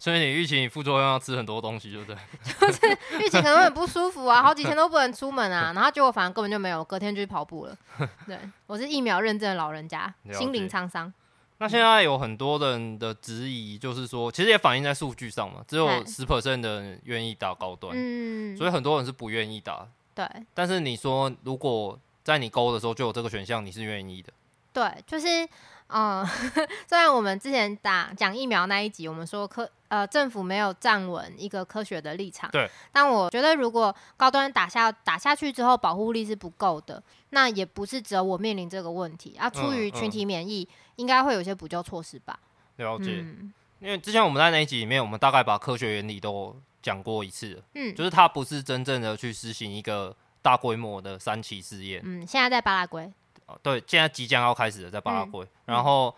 [SPEAKER 3] 所以你预期你副作用要吃很多东西，对不对？
[SPEAKER 2] 预期可能会很不舒服啊，好几天都不能出门啊，然后结果反而根本就没有，隔天就去跑步了。 (laughs) 对我是疫苗认证的老人家，
[SPEAKER 3] 了解
[SPEAKER 2] 心灵沧桑。
[SPEAKER 3] 那
[SPEAKER 2] 嗯
[SPEAKER 3] 现在有很多人的质疑，就是说，其实也反映在数据上嘛，只
[SPEAKER 2] 嗨
[SPEAKER 3] 有十 percent 的人愿意打高端，
[SPEAKER 2] 嗯，
[SPEAKER 3] 所以很多人是不愿意打。
[SPEAKER 2] 对
[SPEAKER 3] 但是你说，如果在你勾的时候就有这个选项，你是愿意的。
[SPEAKER 2] 对，就是嗯， (laughs) 虽然我们之前打讲疫苗那一集，我们说科呃政府没有站稳一个科学的立场，
[SPEAKER 3] 对，
[SPEAKER 2] 但我觉得如果高端打下打下去之后，保护力是不够的，那也不是只有我面临这个问题啊，出于
[SPEAKER 3] 嗯
[SPEAKER 2] 群
[SPEAKER 3] 嗯
[SPEAKER 2] 体免疫，应该会有一些补救措施吧？
[SPEAKER 3] 了解，
[SPEAKER 2] 嗯
[SPEAKER 3] 因为之前我们在那一集里面，我们大概把科学原理都讲过一次了，
[SPEAKER 2] 嗯
[SPEAKER 3] 就是它不是真正的去实行一个大规模的三期试验，
[SPEAKER 2] 嗯，现在在巴拉圭，
[SPEAKER 3] 哦对，现在即将要开始了，在巴拉
[SPEAKER 2] 嗯
[SPEAKER 3] 圭，然后。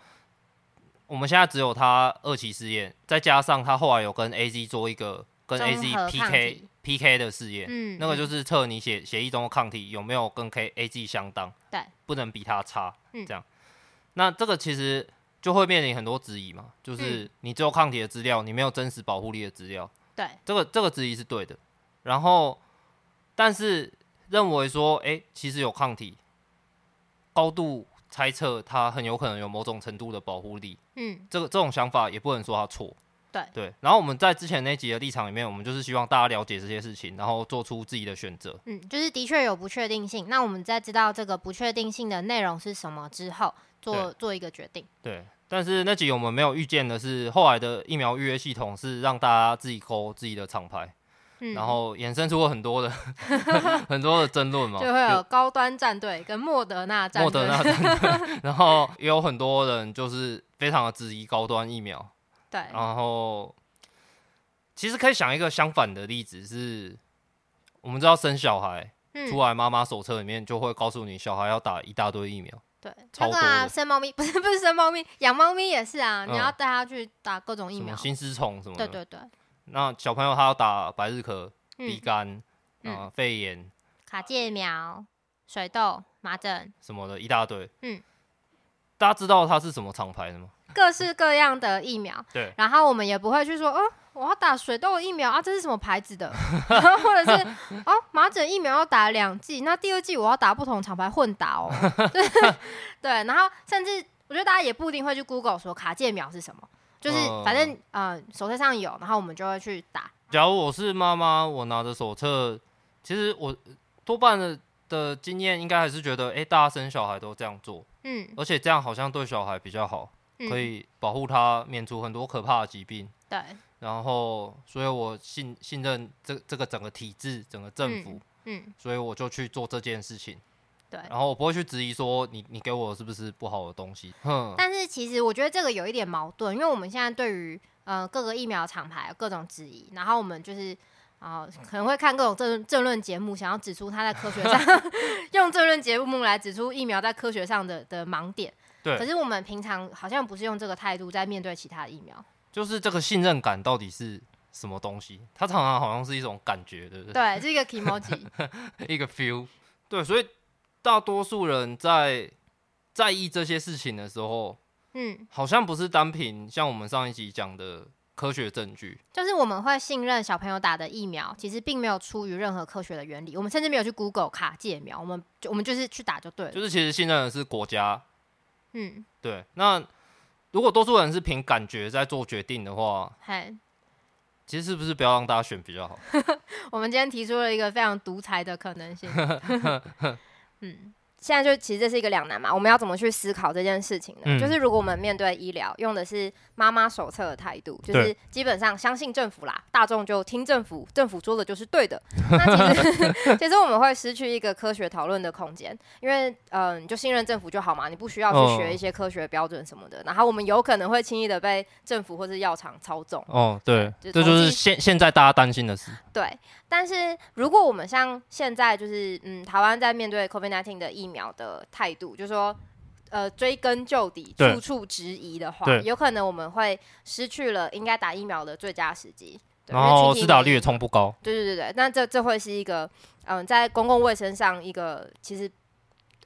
[SPEAKER 3] 我们现在只有它二期试验，再加上它后来有跟 A Z 做一个跟
[SPEAKER 2] 综
[SPEAKER 3] A
[SPEAKER 2] 合
[SPEAKER 3] Z
[SPEAKER 2] 抗
[SPEAKER 3] PK
[SPEAKER 2] 体
[SPEAKER 3] PK 的试验，
[SPEAKER 2] 嗯，
[SPEAKER 3] 那个就是是测你血血液中的抗体有没有跟 K A G 相当，
[SPEAKER 2] 对，
[SPEAKER 3] 不能比它差，
[SPEAKER 2] 嗯
[SPEAKER 3] 这样。那这个其实就会面临很多质疑嘛，
[SPEAKER 2] 嗯
[SPEAKER 3] 就是你只有抗体的资料，你没有真实保护力的资料，
[SPEAKER 2] 对，
[SPEAKER 3] 这个这个质疑是对的。然后，但是认为说，诶，其实有抗体，高度猜测它很有可能有某种程度的保护力，
[SPEAKER 2] 嗯
[SPEAKER 3] 这个这种想法也不能说它错。
[SPEAKER 2] 对
[SPEAKER 3] 对，然后我们在之前那集的立场里面，我们就是希望大家了解这些事情，然后做出自己的选择。
[SPEAKER 2] 嗯，就是的确有不确定性，那我们在知道这个不确定性的内容是什么之后，做做一个决定。
[SPEAKER 3] 对，但是那集我们没有预见的是，后来的疫苗预约系统是让大家自己勾自己的厂牌，
[SPEAKER 2] 嗯，
[SPEAKER 3] 然后衍生出了很多的 (laughs) 很多的争论
[SPEAKER 2] (laughs)
[SPEAKER 3] 嘛，
[SPEAKER 2] 就会有高端战队跟莫德纳
[SPEAKER 3] 有
[SPEAKER 2] 战
[SPEAKER 3] 哦莫
[SPEAKER 2] 队
[SPEAKER 3] 德，纳战队， (laughs) 然后也有很多人就是非常的质疑高端疫苗，
[SPEAKER 2] 对，
[SPEAKER 3] 然后其实可以想一个相反的例子是，我们知道生小孩。
[SPEAKER 2] 嗯
[SPEAKER 3] 出来妈妈手册里面就会告诉你，小孩要打一大堆疫苗。
[SPEAKER 2] 对，
[SPEAKER 3] 超
[SPEAKER 2] 那个啊，
[SPEAKER 3] 多的
[SPEAKER 2] 生猫咪 (laughs) 不是不是生猫咪，养猫咪也是啊，你
[SPEAKER 3] 嗯
[SPEAKER 2] 要带它去打各种疫
[SPEAKER 3] 什
[SPEAKER 2] 苗
[SPEAKER 3] 么，新丝虫什么的。
[SPEAKER 2] 对对对，
[SPEAKER 3] 那小朋友他要打百日咳、鼻
[SPEAKER 2] 嗯，
[SPEAKER 3] 肝、
[SPEAKER 2] 嗯
[SPEAKER 3] 啊、肺炎
[SPEAKER 2] 卡介苗、水痘、麻疹，
[SPEAKER 3] 什么的一大堆。
[SPEAKER 2] 嗯，
[SPEAKER 3] 大家知道它是什么厂牌的吗？
[SPEAKER 2] 各式各样的疫苗，
[SPEAKER 3] 对，
[SPEAKER 2] 然后我们也不会去说哦。我要打水痘疫苗啊，这是什么牌子的？ (laughs) 然后或者是哦，麻疹疫苗要打两剂，那第二剂我要打不同厂牌混打哦。 (laughs) 就是对，然后甚至我觉得大家也不一定会去 Google 说卡介苗是什么，就是
[SPEAKER 3] 嗯
[SPEAKER 2] 反正呃手册上有，然后我们就会去打。
[SPEAKER 3] 假如我是妈妈，我拿着手册，其实我多半的的经验应该还是觉得，哎、大家生小孩都这样做，
[SPEAKER 2] 嗯，
[SPEAKER 3] 而且这样好像对小孩比较好，
[SPEAKER 2] 嗯
[SPEAKER 3] 可以保护他免除很多可怕的疾病。
[SPEAKER 2] 对，
[SPEAKER 3] 然后，所以我信信任这这个整个体制、整个政府，
[SPEAKER 2] 嗯，
[SPEAKER 3] 所以我就去做这件事情。
[SPEAKER 2] 对。
[SPEAKER 3] 然后我不会去质疑说你你给我是不是不好的东西，哼，
[SPEAKER 2] 但是其实我觉得这个有一点矛盾，因为我们现在对于呃各个疫苗厂牌有各种质疑，然后我们就是。啊、可能会看各种政政论节目，想要指出它在科学上
[SPEAKER 3] (laughs)
[SPEAKER 2] 用政论节目来指出疫苗在科学上的的盲点。
[SPEAKER 3] 对
[SPEAKER 2] 可是我们平常好像不是用这个态度在面对其他的疫苗。
[SPEAKER 3] 就是这个信任感到底是什么东西？它常常好像是一种感觉，对不对？
[SPEAKER 2] 对，是一个 emoji。
[SPEAKER 3] 一个 feel。对，所以大多数人在在意这些事情的时候，
[SPEAKER 2] (laughs) 嗯，
[SPEAKER 3] 好像不是单凭像我们上一集讲的科学证据，
[SPEAKER 2] 就是我们会信任小朋友打的疫苗，其实并没有出于任何科学的原理。我们甚至没有去 Google 卡介苗，我们就我们就是去打就对了。
[SPEAKER 3] 就是其实信任的是国家。
[SPEAKER 2] 嗯，
[SPEAKER 3] 对，那如果多数人是凭感觉在做决定的话，
[SPEAKER 2] 嗨，
[SPEAKER 3] 其实是不是不要让大家选比较好？ (laughs)
[SPEAKER 2] 我们今天提出了一个非常独裁的可能性。嗯，现在就其实这是一个两难嘛，我们要怎么去思考这件事情呢？
[SPEAKER 3] 嗯
[SPEAKER 2] 就是如果我们面对医疗用的是妈妈手册的态度，就是
[SPEAKER 3] 对
[SPEAKER 2] 基本上相信政府啦，大众就听政府，政府说的就是对的。 (laughs) 那其实 (laughs) 其实我们会失去一个科学讨论的空间，因为嗯、呃你就信任政府就好嘛，你不需要去
[SPEAKER 3] 哦
[SPEAKER 2] 学一些科学标准什么的。然后我们有可能会轻易的被政府或是药厂操纵。
[SPEAKER 3] 哦，对，
[SPEAKER 2] 就
[SPEAKER 3] 这
[SPEAKER 2] 是统
[SPEAKER 3] 就是
[SPEAKER 2] 计
[SPEAKER 3] 现现在大家担心的事。
[SPEAKER 2] 对，但是如果我们像现在就是，嗯，台湾在面对 COVID-19 的疫苗的态度，就是说，呃，追根究底，
[SPEAKER 3] 对
[SPEAKER 2] 处处质疑的话，
[SPEAKER 3] 对
[SPEAKER 2] 有可能我们会失去了应该打疫苗的最佳时机。对
[SPEAKER 3] 然
[SPEAKER 2] 因为
[SPEAKER 3] 后
[SPEAKER 2] 群体
[SPEAKER 3] 施打率
[SPEAKER 2] 免疫
[SPEAKER 3] 也冲不高，
[SPEAKER 2] 对对对对，那这这会是一个，嗯、在公共卫生上一个其实，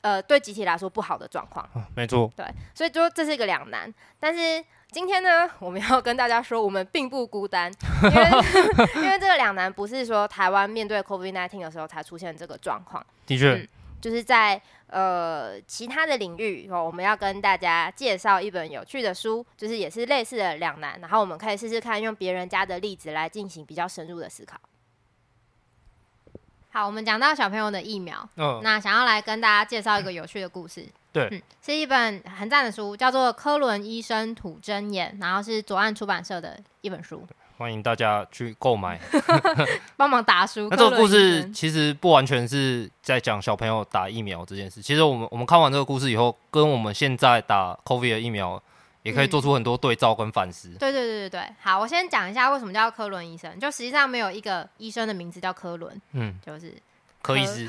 [SPEAKER 2] 呃，对集体来说不好的状况。
[SPEAKER 3] 啊没错，
[SPEAKER 2] 对，所以就这是一个两难。但是今天呢， (laughs) 我们要跟大家说，我们并不孤单，因为 (laughs) 因为这个两难不是说台湾面对 COVID-19 的时候才出现这个状况，
[SPEAKER 3] 的
[SPEAKER 2] 嗯
[SPEAKER 3] 确，
[SPEAKER 2] 就是在呃其他的领域、哦，我们要跟大家介绍一本有趣的书，就是也是类似的两难，然后我们可以试试看用别人家的例子来进行比较深入的思考。好，我们讲到小朋友的疫苗，
[SPEAKER 3] 嗯，
[SPEAKER 2] 那想要来跟大家介绍一个有趣的故事。
[SPEAKER 3] 对
[SPEAKER 2] 嗯，是一本很赞的书，叫做《科伦医生吐真言》，然后是左岸出版社的一本书，
[SPEAKER 3] 欢迎大家去购买。
[SPEAKER 2] 帮忙打书。
[SPEAKER 3] 那这
[SPEAKER 2] 科
[SPEAKER 3] 个
[SPEAKER 2] 伦
[SPEAKER 3] 故
[SPEAKER 2] 医
[SPEAKER 3] 事
[SPEAKER 2] 生
[SPEAKER 3] 其实不完全是在讲小朋友打疫苗这件事。其实我们我们看完这个故事以后，跟我们现在打 COVID 的疫苗也可以
[SPEAKER 2] 嗯
[SPEAKER 3] 做出很多对照跟反思。
[SPEAKER 2] 对对对对对，好，我先讲一下为什么叫科伦医生，就实际上没有一个医生的名字叫科伦，
[SPEAKER 3] 嗯， (laughs)
[SPEAKER 2] 就是
[SPEAKER 3] 柯医师，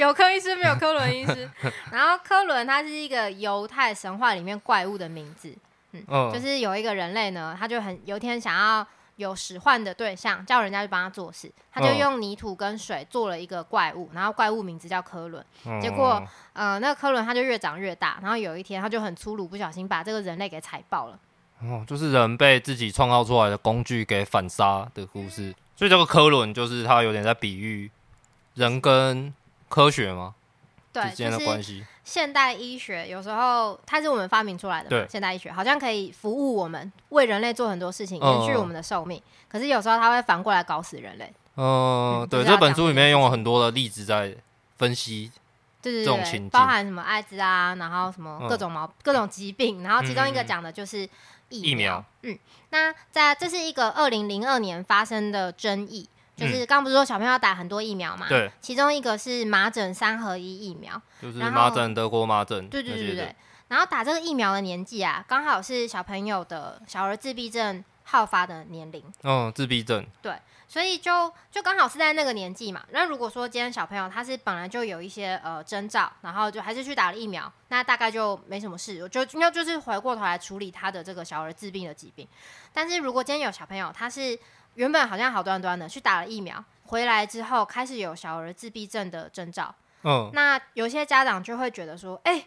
[SPEAKER 2] 有科医师没有科伦医师。然后科伦他是一个犹太神话里面怪物的名字，
[SPEAKER 3] 嗯，
[SPEAKER 2] 呃就是有一个人类呢，他就很有一天想要有使唤的对象，叫人家去帮他做事，他就
[SPEAKER 3] 嗯
[SPEAKER 2] 用泥土跟水做了一个怪物，然后怪物名字叫科伦。
[SPEAKER 3] 嗯
[SPEAKER 2] 结果呃，那个科伦他就越长越大，然后有一天他就很粗鲁，不小心把这个人类给踩爆了。
[SPEAKER 3] 哦，就是人被自己创造出来的工具给反杀的故事。所以这个科伦就是他有点在比喻人跟科学嘛
[SPEAKER 2] 对，
[SPEAKER 3] 之间的
[SPEAKER 2] 就是
[SPEAKER 3] 关系。
[SPEAKER 2] 现代医学有时候它是我们发明出来的嘛
[SPEAKER 3] 对，
[SPEAKER 2] 现代医学好像可以服务我们，为人类做很多事情，
[SPEAKER 3] 嗯
[SPEAKER 2] 延续我们的寿命。可是有时候它会反过来搞死人类。
[SPEAKER 3] 嗯
[SPEAKER 2] 嗯，
[SPEAKER 3] 对，
[SPEAKER 2] 就是要
[SPEAKER 3] 这本
[SPEAKER 2] 讲
[SPEAKER 3] 书
[SPEAKER 2] 这
[SPEAKER 3] 里
[SPEAKER 2] 件
[SPEAKER 3] 面用了很多的例子在分析。
[SPEAKER 2] 对对
[SPEAKER 3] 这种
[SPEAKER 2] 对
[SPEAKER 3] 情
[SPEAKER 2] 对，
[SPEAKER 3] 境
[SPEAKER 2] 包含什么艾滋啊，然后什么
[SPEAKER 3] 嗯
[SPEAKER 2] 各种毛、各种疾病，然后其中一个
[SPEAKER 3] 嗯嗯嗯
[SPEAKER 2] 讲的就是疫
[SPEAKER 3] 疫苗
[SPEAKER 2] 嗯，那在这是一个二零零二年发生的争议，就是刚不是说小朋友要打很多疫苗嘛？
[SPEAKER 3] 嗯对，
[SPEAKER 2] 其中一个是麻疹三合一疫苗，
[SPEAKER 3] 就是
[SPEAKER 2] 然
[SPEAKER 3] 麻
[SPEAKER 2] 后
[SPEAKER 3] 疹、德国麻疹，
[SPEAKER 2] 对对对
[SPEAKER 3] 那些
[SPEAKER 2] 对
[SPEAKER 3] 的
[SPEAKER 2] 对。然后打这个疫苗的年纪啊，刚好是小朋友的小儿自闭症好发的年龄，
[SPEAKER 3] 嗯，自闭症，
[SPEAKER 2] 所以就就刚好是在那个年纪嘛。那如果说今天小朋友他是本来就有一些呃征兆，然后就还是去打了疫苗，那大概就没什么事。我就应该就是回过头来处理他的这个小儿自病的疾病。但是如果今天有小朋友他是原本好像好端端的去打了疫苗，回来之后开始有小儿自闭症的征兆，
[SPEAKER 3] 嗯，
[SPEAKER 2] 那有些家长就会觉得说，哎、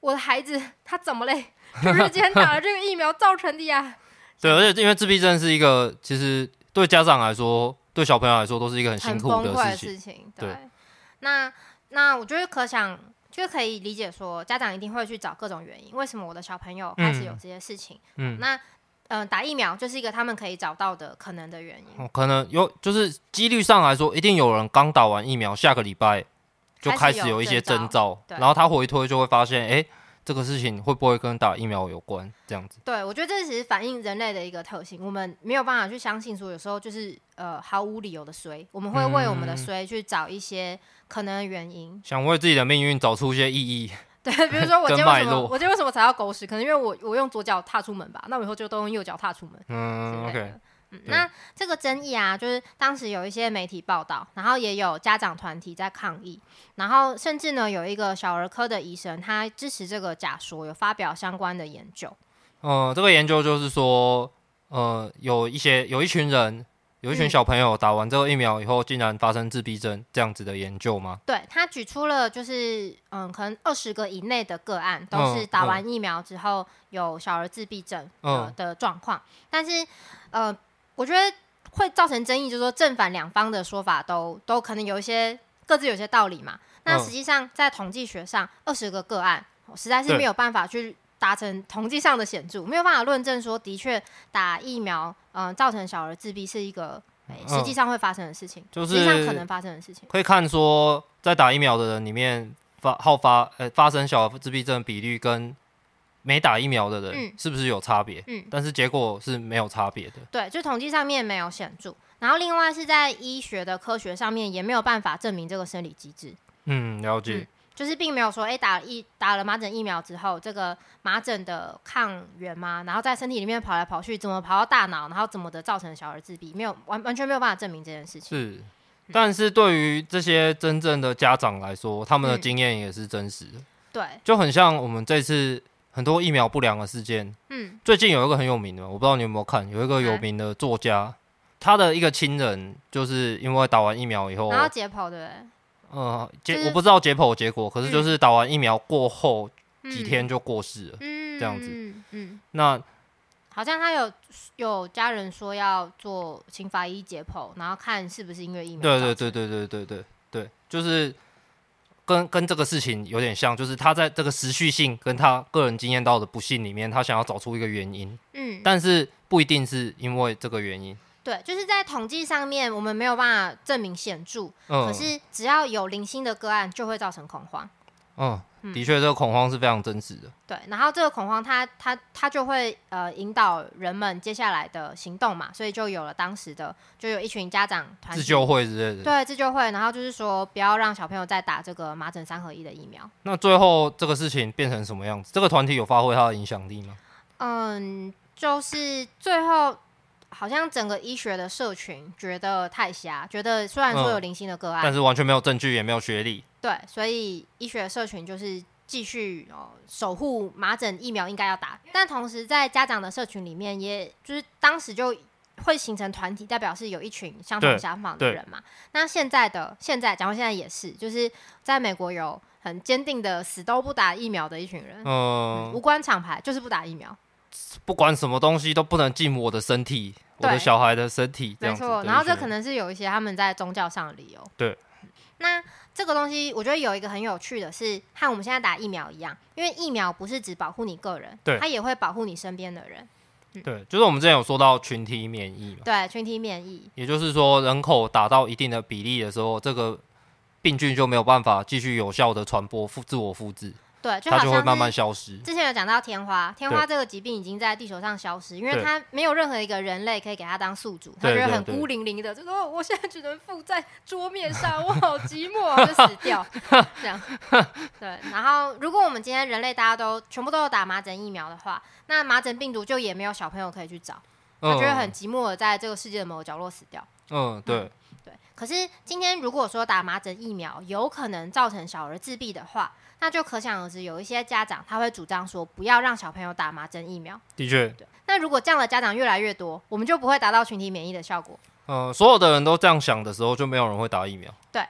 [SPEAKER 2] 我的孩子他怎么嘞？ (laughs) 就是今天打了这个疫苗造成的呀。
[SPEAKER 3] 对，而且因为自闭症是一个，其实对家长来说，对小朋友来说，都是一个很辛
[SPEAKER 2] 很
[SPEAKER 3] 苦
[SPEAKER 2] 崩
[SPEAKER 3] 的
[SPEAKER 2] 溃的
[SPEAKER 3] 事情。
[SPEAKER 2] 情。
[SPEAKER 3] 对
[SPEAKER 2] 对，那那我觉得可想就可以理解说，家长一定会去找各种原因，为什么我的小朋友开始有
[SPEAKER 3] 嗯
[SPEAKER 2] 这些事情？
[SPEAKER 3] 嗯
[SPEAKER 2] 那嗯、呃打疫苗就是一个他们可以找到的可能的原因，
[SPEAKER 3] 哦可能有，就是几率上来说，一定有人刚打完疫苗，下个礼拜就
[SPEAKER 2] 开
[SPEAKER 3] 开
[SPEAKER 2] 始
[SPEAKER 3] 始
[SPEAKER 2] 有
[SPEAKER 3] 有一些
[SPEAKER 2] 征
[SPEAKER 3] 征兆，
[SPEAKER 2] 对
[SPEAKER 3] 然后他回推就会发现，哎、这个事情会不会跟打疫苗有关？这样子，
[SPEAKER 2] 对我觉得这其实反映人类的一个特性，我们没有办法去相信说有时候就是呃毫无理由的衰，我们会为我们的
[SPEAKER 3] 嗯
[SPEAKER 2] 衰去找一些可能的原因， (laughs)
[SPEAKER 3] 想为自己的命运找出一些意义。
[SPEAKER 2] 对，比如说我今天
[SPEAKER 3] 跟
[SPEAKER 2] 为什
[SPEAKER 3] 脉
[SPEAKER 2] 么
[SPEAKER 3] 络
[SPEAKER 2] 我今天为什么踩到狗屎，可能因为我我用左脚踏出门吧，那我以后就都用右脚踏出门。
[SPEAKER 3] 嗯
[SPEAKER 2] 之类
[SPEAKER 3] ，OK，
[SPEAKER 2] 的。嗯，
[SPEAKER 3] 对
[SPEAKER 2] 那这个争议啊，就是当时有一些媒体报道，然后也有家长团体在抗议，然后甚至呢有一个小儿科的医生，他支持这个假说，有发表相关的研究。
[SPEAKER 3] 嗯，这个研究就是说，呃，有一些有一群人，有一群
[SPEAKER 2] 嗯
[SPEAKER 3] 小朋友打完这个疫苗以后，竟然发生自闭症这样子的研究吗？
[SPEAKER 2] 对他举出了就是嗯，可能二十个以内的个案都是
[SPEAKER 3] 嗯
[SPEAKER 2] 打完疫苗之后有小儿自闭症的、
[SPEAKER 3] 嗯
[SPEAKER 2] 的状况，但是呃，我觉得会造成争议，就是说正反两方的说法都都可能有一些各自有些道理嘛。那
[SPEAKER 3] 嗯
[SPEAKER 2] 实际上在统计学上，二十个个案实在是
[SPEAKER 3] 对
[SPEAKER 2] 没有办法去达成统计上的显著，没有办法论证说的确打疫苗嗯、呃造成小儿自闭是一个、哎实际
[SPEAKER 3] 嗯
[SPEAKER 2] 上会发生的事情，
[SPEAKER 3] 就
[SPEAKER 2] 实际上
[SPEAKER 3] 是
[SPEAKER 2] 可能发生的事情。
[SPEAKER 3] 可以看说，在打疫苗的人里面，发好发呃发生小儿自闭症比率跟没打疫苗的人
[SPEAKER 2] 嗯
[SPEAKER 3] 是不是有差别？
[SPEAKER 2] 嗯
[SPEAKER 3] 但是结果是没有差别的。
[SPEAKER 2] 对，就统计上面没有显著。然后另外是在医学的科学上面也没有办法证明这个生理机制，
[SPEAKER 3] 嗯，了解。
[SPEAKER 2] 嗯就是并没有说，哎、打了疫打了麻疹疫苗之后，这个麻疹的抗原嘛，然后在身体里面跑来跑去，怎么跑到大脑，然后怎么的造成小儿自闭，没有完完全没有办法证明这件事情。
[SPEAKER 3] 是，但是对于这些真正的家长来说，他们的
[SPEAKER 2] 嗯
[SPEAKER 3] 经验也是真实的，
[SPEAKER 2] 对，
[SPEAKER 3] 就很像我们这次很多疫苗不良的事件。
[SPEAKER 2] 嗯
[SPEAKER 3] 最近有一个很有名的，我不知道你有没有看，有一个有
[SPEAKER 2] 哎
[SPEAKER 3] 名的作家，他的一个亲人就是因为打完疫苗以后，
[SPEAKER 2] 然后解剖的，
[SPEAKER 3] 呃，结、
[SPEAKER 2] 就是
[SPEAKER 3] 我不知道解剖结果，可是就是打完疫苗过后
[SPEAKER 2] 嗯
[SPEAKER 3] 几天，就过世了。
[SPEAKER 2] 嗯
[SPEAKER 3] 这样子
[SPEAKER 2] 嗯嗯，
[SPEAKER 3] 那
[SPEAKER 2] 好像他有有家人说要做请法医解剖，然后看是不是因为疫苗。
[SPEAKER 3] 对对对，对对对对对，就是跟跟这个事情有点像，就是他在这个持续性跟他个人经验到的不幸里面，他想要找出一个原因，
[SPEAKER 2] 嗯，
[SPEAKER 3] 但是不一定是因为这个原因。
[SPEAKER 2] 对，就是在统计上面我们没有办法证明显著，
[SPEAKER 3] 嗯，
[SPEAKER 2] 可是只要有零星的个案，就会造成恐慌。
[SPEAKER 3] 嗯，
[SPEAKER 2] 嗯
[SPEAKER 3] 的确，这个恐慌是非常真实的。
[SPEAKER 2] 对，然后这个恐慌它，它它就会呃引导人们接下来的行动嘛，所以就有了当时的就有一群家长团体
[SPEAKER 3] 自救会之类的。
[SPEAKER 2] 对自救会，然后就是说不要让小朋友再打这个麻疹三合一的疫苗。
[SPEAKER 3] 那最后这个事情变成什么样子？这个团体有发挥它的影响力吗？
[SPEAKER 2] 嗯，就是最后好像整个医学的社群觉得太瞎，觉得虽然说有
[SPEAKER 3] 嗯
[SPEAKER 2] 零星的个案，
[SPEAKER 3] 但是完全没有证据，也没有学历。
[SPEAKER 2] 对，所以医学社群就是继续哦守护麻疹疫苗应该要打，但同时在家长的社群里面，也就是当时就会形成团体，代表是有一群相
[SPEAKER 3] 对
[SPEAKER 2] 同想法的
[SPEAKER 3] 对
[SPEAKER 2] 人嘛。那现在的现在，讲到现在也是，就是在美国有很坚定的死都不打疫苗的一群人，
[SPEAKER 3] 嗯
[SPEAKER 2] 无，关厂牌，就是不打疫苗，
[SPEAKER 3] 不管什么东西都不能进我的身体，我
[SPEAKER 2] 对
[SPEAKER 3] 的小孩的身体，这
[SPEAKER 2] 没
[SPEAKER 3] 样子
[SPEAKER 2] 错。
[SPEAKER 3] 的
[SPEAKER 2] 然后
[SPEAKER 3] 一
[SPEAKER 2] 这
[SPEAKER 3] 群
[SPEAKER 2] 可能是有一些他们在宗教上的理由。嗯
[SPEAKER 3] 对。
[SPEAKER 2] 那这个东西，我觉得有一个很有趣的是，和我们现在打疫苗一样，因为疫苗不是只保护你个人，
[SPEAKER 3] 对
[SPEAKER 2] 它也会保护你身边的人，
[SPEAKER 3] 对，就是我们之前有说到群体免疫嘛，
[SPEAKER 2] 对群体免疫，
[SPEAKER 3] 也就是说人口达到一定的比例的时候，这个病菌就没有办法继续有效的传播、复自我复制，
[SPEAKER 2] 对，就好像
[SPEAKER 3] 它就会
[SPEAKER 2] 是
[SPEAKER 3] 慢慢消失。
[SPEAKER 2] 之前有讲到天花，天
[SPEAKER 3] 对
[SPEAKER 2] 花这个疾病已经在地球上消失，因为
[SPEAKER 3] 对
[SPEAKER 2] 它没有任何一个人类可以给它当宿主，它
[SPEAKER 3] 对
[SPEAKER 2] 觉得
[SPEAKER 3] 对
[SPEAKER 2] 很
[SPEAKER 3] 对
[SPEAKER 2] 孤零零的，就说哦我现在只能附在桌面上，我好寂寞啊，就死
[SPEAKER 3] (laughs)
[SPEAKER 2] 掉这样。对，然后如果我们今天人类大家都全部都有打麻疹疫苗的话，那麻疹病毒就也没有小朋友可以去找，他
[SPEAKER 3] 嗯，
[SPEAKER 2] 觉得很寂寞的在这个世界的某个角落死掉。
[SPEAKER 3] 嗯，对，
[SPEAKER 2] 对，可是今天如果说打麻疹疫苗有可能造成小儿自闭的话，那就可想而知，有一些家长他会主张说不要让小朋友打麻疹疫苗。
[SPEAKER 3] 的确，
[SPEAKER 2] 那如果这样的家长越来越多，我们就不会达到群体免疫的效果。
[SPEAKER 3] 呃，所有的人都这样想的时候，就没有人会打疫苗。
[SPEAKER 2] 对，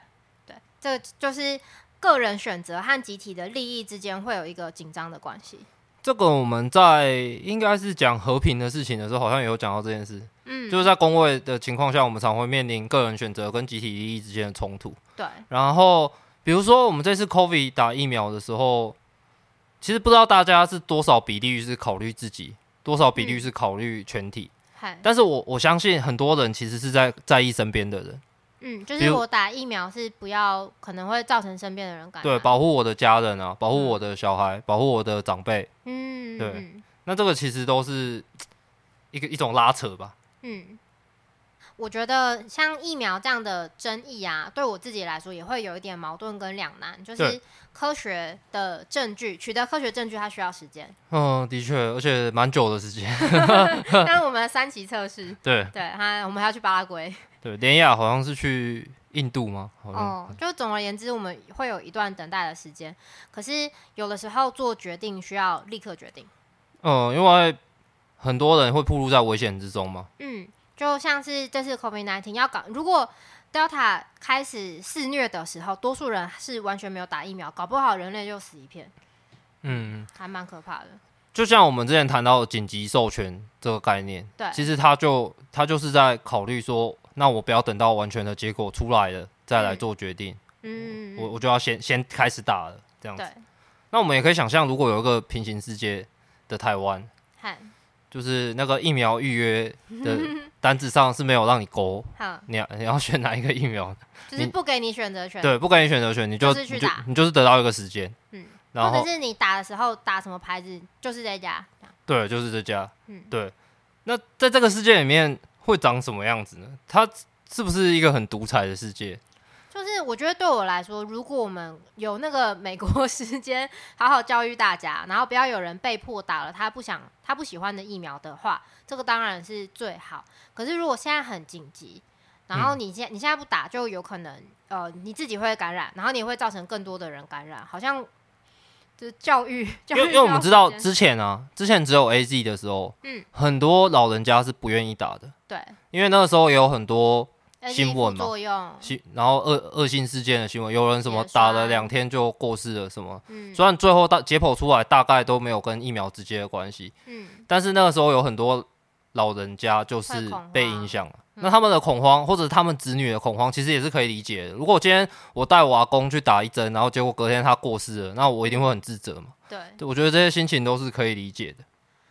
[SPEAKER 2] 这就是个人选择和集体的利益之间会有一个紧张的关系。
[SPEAKER 3] 这个我们在应该是讲和平的事情的时候，好像也有讲到这件事，
[SPEAKER 2] 嗯，
[SPEAKER 3] 就是在工位的情况下，我们常会面临个人选择跟集体利益之间的冲突。
[SPEAKER 2] 对，
[SPEAKER 3] 然后比如说我们这次 COVID 打疫苗的时候，其实不知道大家是多少比例是考虑自己，多少比率
[SPEAKER 2] 嗯
[SPEAKER 3] 是考虑全体。
[SPEAKER 2] 嗨，
[SPEAKER 3] 但是我我相信很多人其实是在在意身边的人，
[SPEAKER 2] 嗯，就
[SPEAKER 3] 比
[SPEAKER 2] 是
[SPEAKER 3] 如
[SPEAKER 2] 我打疫苗是不要可能会造成身边的人感染。
[SPEAKER 3] 对，保护我的家人啊，保护我的小孩，保护我的长辈。
[SPEAKER 2] 嗯，
[SPEAKER 3] 对
[SPEAKER 2] 嗯
[SPEAKER 3] 那这个其实都是一个一种拉扯吧。
[SPEAKER 2] 嗯，我觉得像疫苗这样的争议啊，对我自己来说也会有一点矛盾跟两难，就是
[SPEAKER 3] 对
[SPEAKER 2] 科学的证据，取得科学证据它需要时间，
[SPEAKER 3] 嗯，的确，而且蛮久的时间。
[SPEAKER 2] 但我们的三期测试，
[SPEAKER 3] (laughs) 对
[SPEAKER 2] 对，还我们还要去巴拉圭，
[SPEAKER 3] 对，连雅好像是去印度吗？好像、
[SPEAKER 2] 哦，就总而言之，我们会有一段等待的时间，可是有的时候做决定需要立刻决定，
[SPEAKER 3] 嗯，因为很多人会暴露在危险之中嘛。
[SPEAKER 2] 嗯，就像是这次 COVID 1 9要搞，如果 Delta 开始肆虐的时候，多数人是完全没有打疫苗，搞不好人类就死一片。
[SPEAKER 3] 嗯，
[SPEAKER 2] 还蛮可怕的。
[SPEAKER 3] 就像我们之前谈到的紧急授权这个概念，
[SPEAKER 2] 对
[SPEAKER 3] 其实他就他就是在考虑说，那我不要等到完全的结果出来了再来做决定，
[SPEAKER 2] 嗯，
[SPEAKER 3] 我我就要先先开始打了这样子。
[SPEAKER 2] 对，
[SPEAKER 3] 那我们也可以想象，如果有一个平行世界的台湾，
[SPEAKER 2] 嗨，
[SPEAKER 3] 就是那个疫苗预约
[SPEAKER 2] (laughs)
[SPEAKER 3] 的单子上是没有让你勾，
[SPEAKER 2] 好，
[SPEAKER 3] 你要你要选哪一个疫苗？
[SPEAKER 2] 就是
[SPEAKER 3] 你
[SPEAKER 2] 不给你选择权，
[SPEAKER 3] 对，不给你选择权，你就
[SPEAKER 2] 就是去
[SPEAKER 3] 你就
[SPEAKER 2] 打
[SPEAKER 3] 你就是得到一个时间，
[SPEAKER 2] 嗯
[SPEAKER 3] 然
[SPEAKER 2] 或
[SPEAKER 3] 后
[SPEAKER 2] 者是你打的时候打什么牌子，就是这家，这样
[SPEAKER 3] 对，就是这家，
[SPEAKER 2] 嗯
[SPEAKER 3] 对。那在这个世界里面会长什么样子呢？它是不是一个很独裁的世界？
[SPEAKER 2] 就是我觉得对我来说，如果我们有那个美国 (laughs) 时间，好好教育大家，然后不要有人被迫打了他不想、他不喜欢的疫苗的话，这个当然是最好。可是如果现在很紧急，然
[SPEAKER 3] 嗯
[SPEAKER 2] 后你现你现在不打，就有可能呃你自己会感染，然后你也会造成更多的人感染，好像就是教育， (laughs) 教
[SPEAKER 3] 因
[SPEAKER 2] 育
[SPEAKER 3] 为因为我
[SPEAKER 2] 要
[SPEAKER 3] 们知道
[SPEAKER 2] 时间
[SPEAKER 3] 之前啊，之前只有 A Z 的时候，
[SPEAKER 2] 嗯
[SPEAKER 3] 很多老人家是不愿意打的，
[SPEAKER 2] 对
[SPEAKER 3] 因为那个时候也有很多
[SPEAKER 2] 而且
[SPEAKER 3] 新闻
[SPEAKER 2] 副
[SPEAKER 3] 嘛
[SPEAKER 2] 作用，
[SPEAKER 3] 新，然后恶恶性事件的新闻，有人什么
[SPEAKER 2] 血栓
[SPEAKER 3] 打了两天就过世了，什么，
[SPEAKER 2] 嗯
[SPEAKER 3] 虽然最后大解剖出来大概都没有跟疫苗直接的关系，
[SPEAKER 2] 嗯
[SPEAKER 3] 但是那个时候有很多老人家就是
[SPEAKER 2] 会恐慌
[SPEAKER 3] 被影响了。
[SPEAKER 2] 嗯
[SPEAKER 3] 那他们的恐慌，或者他们子女的恐慌，其实也是可以理解的。如果今天我带我阿公去打一针，然后结果隔天他过世了，那我一定会很自责嘛。
[SPEAKER 2] 对。
[SPEAKER 3] 对我觉得这些心情都是可以理解的。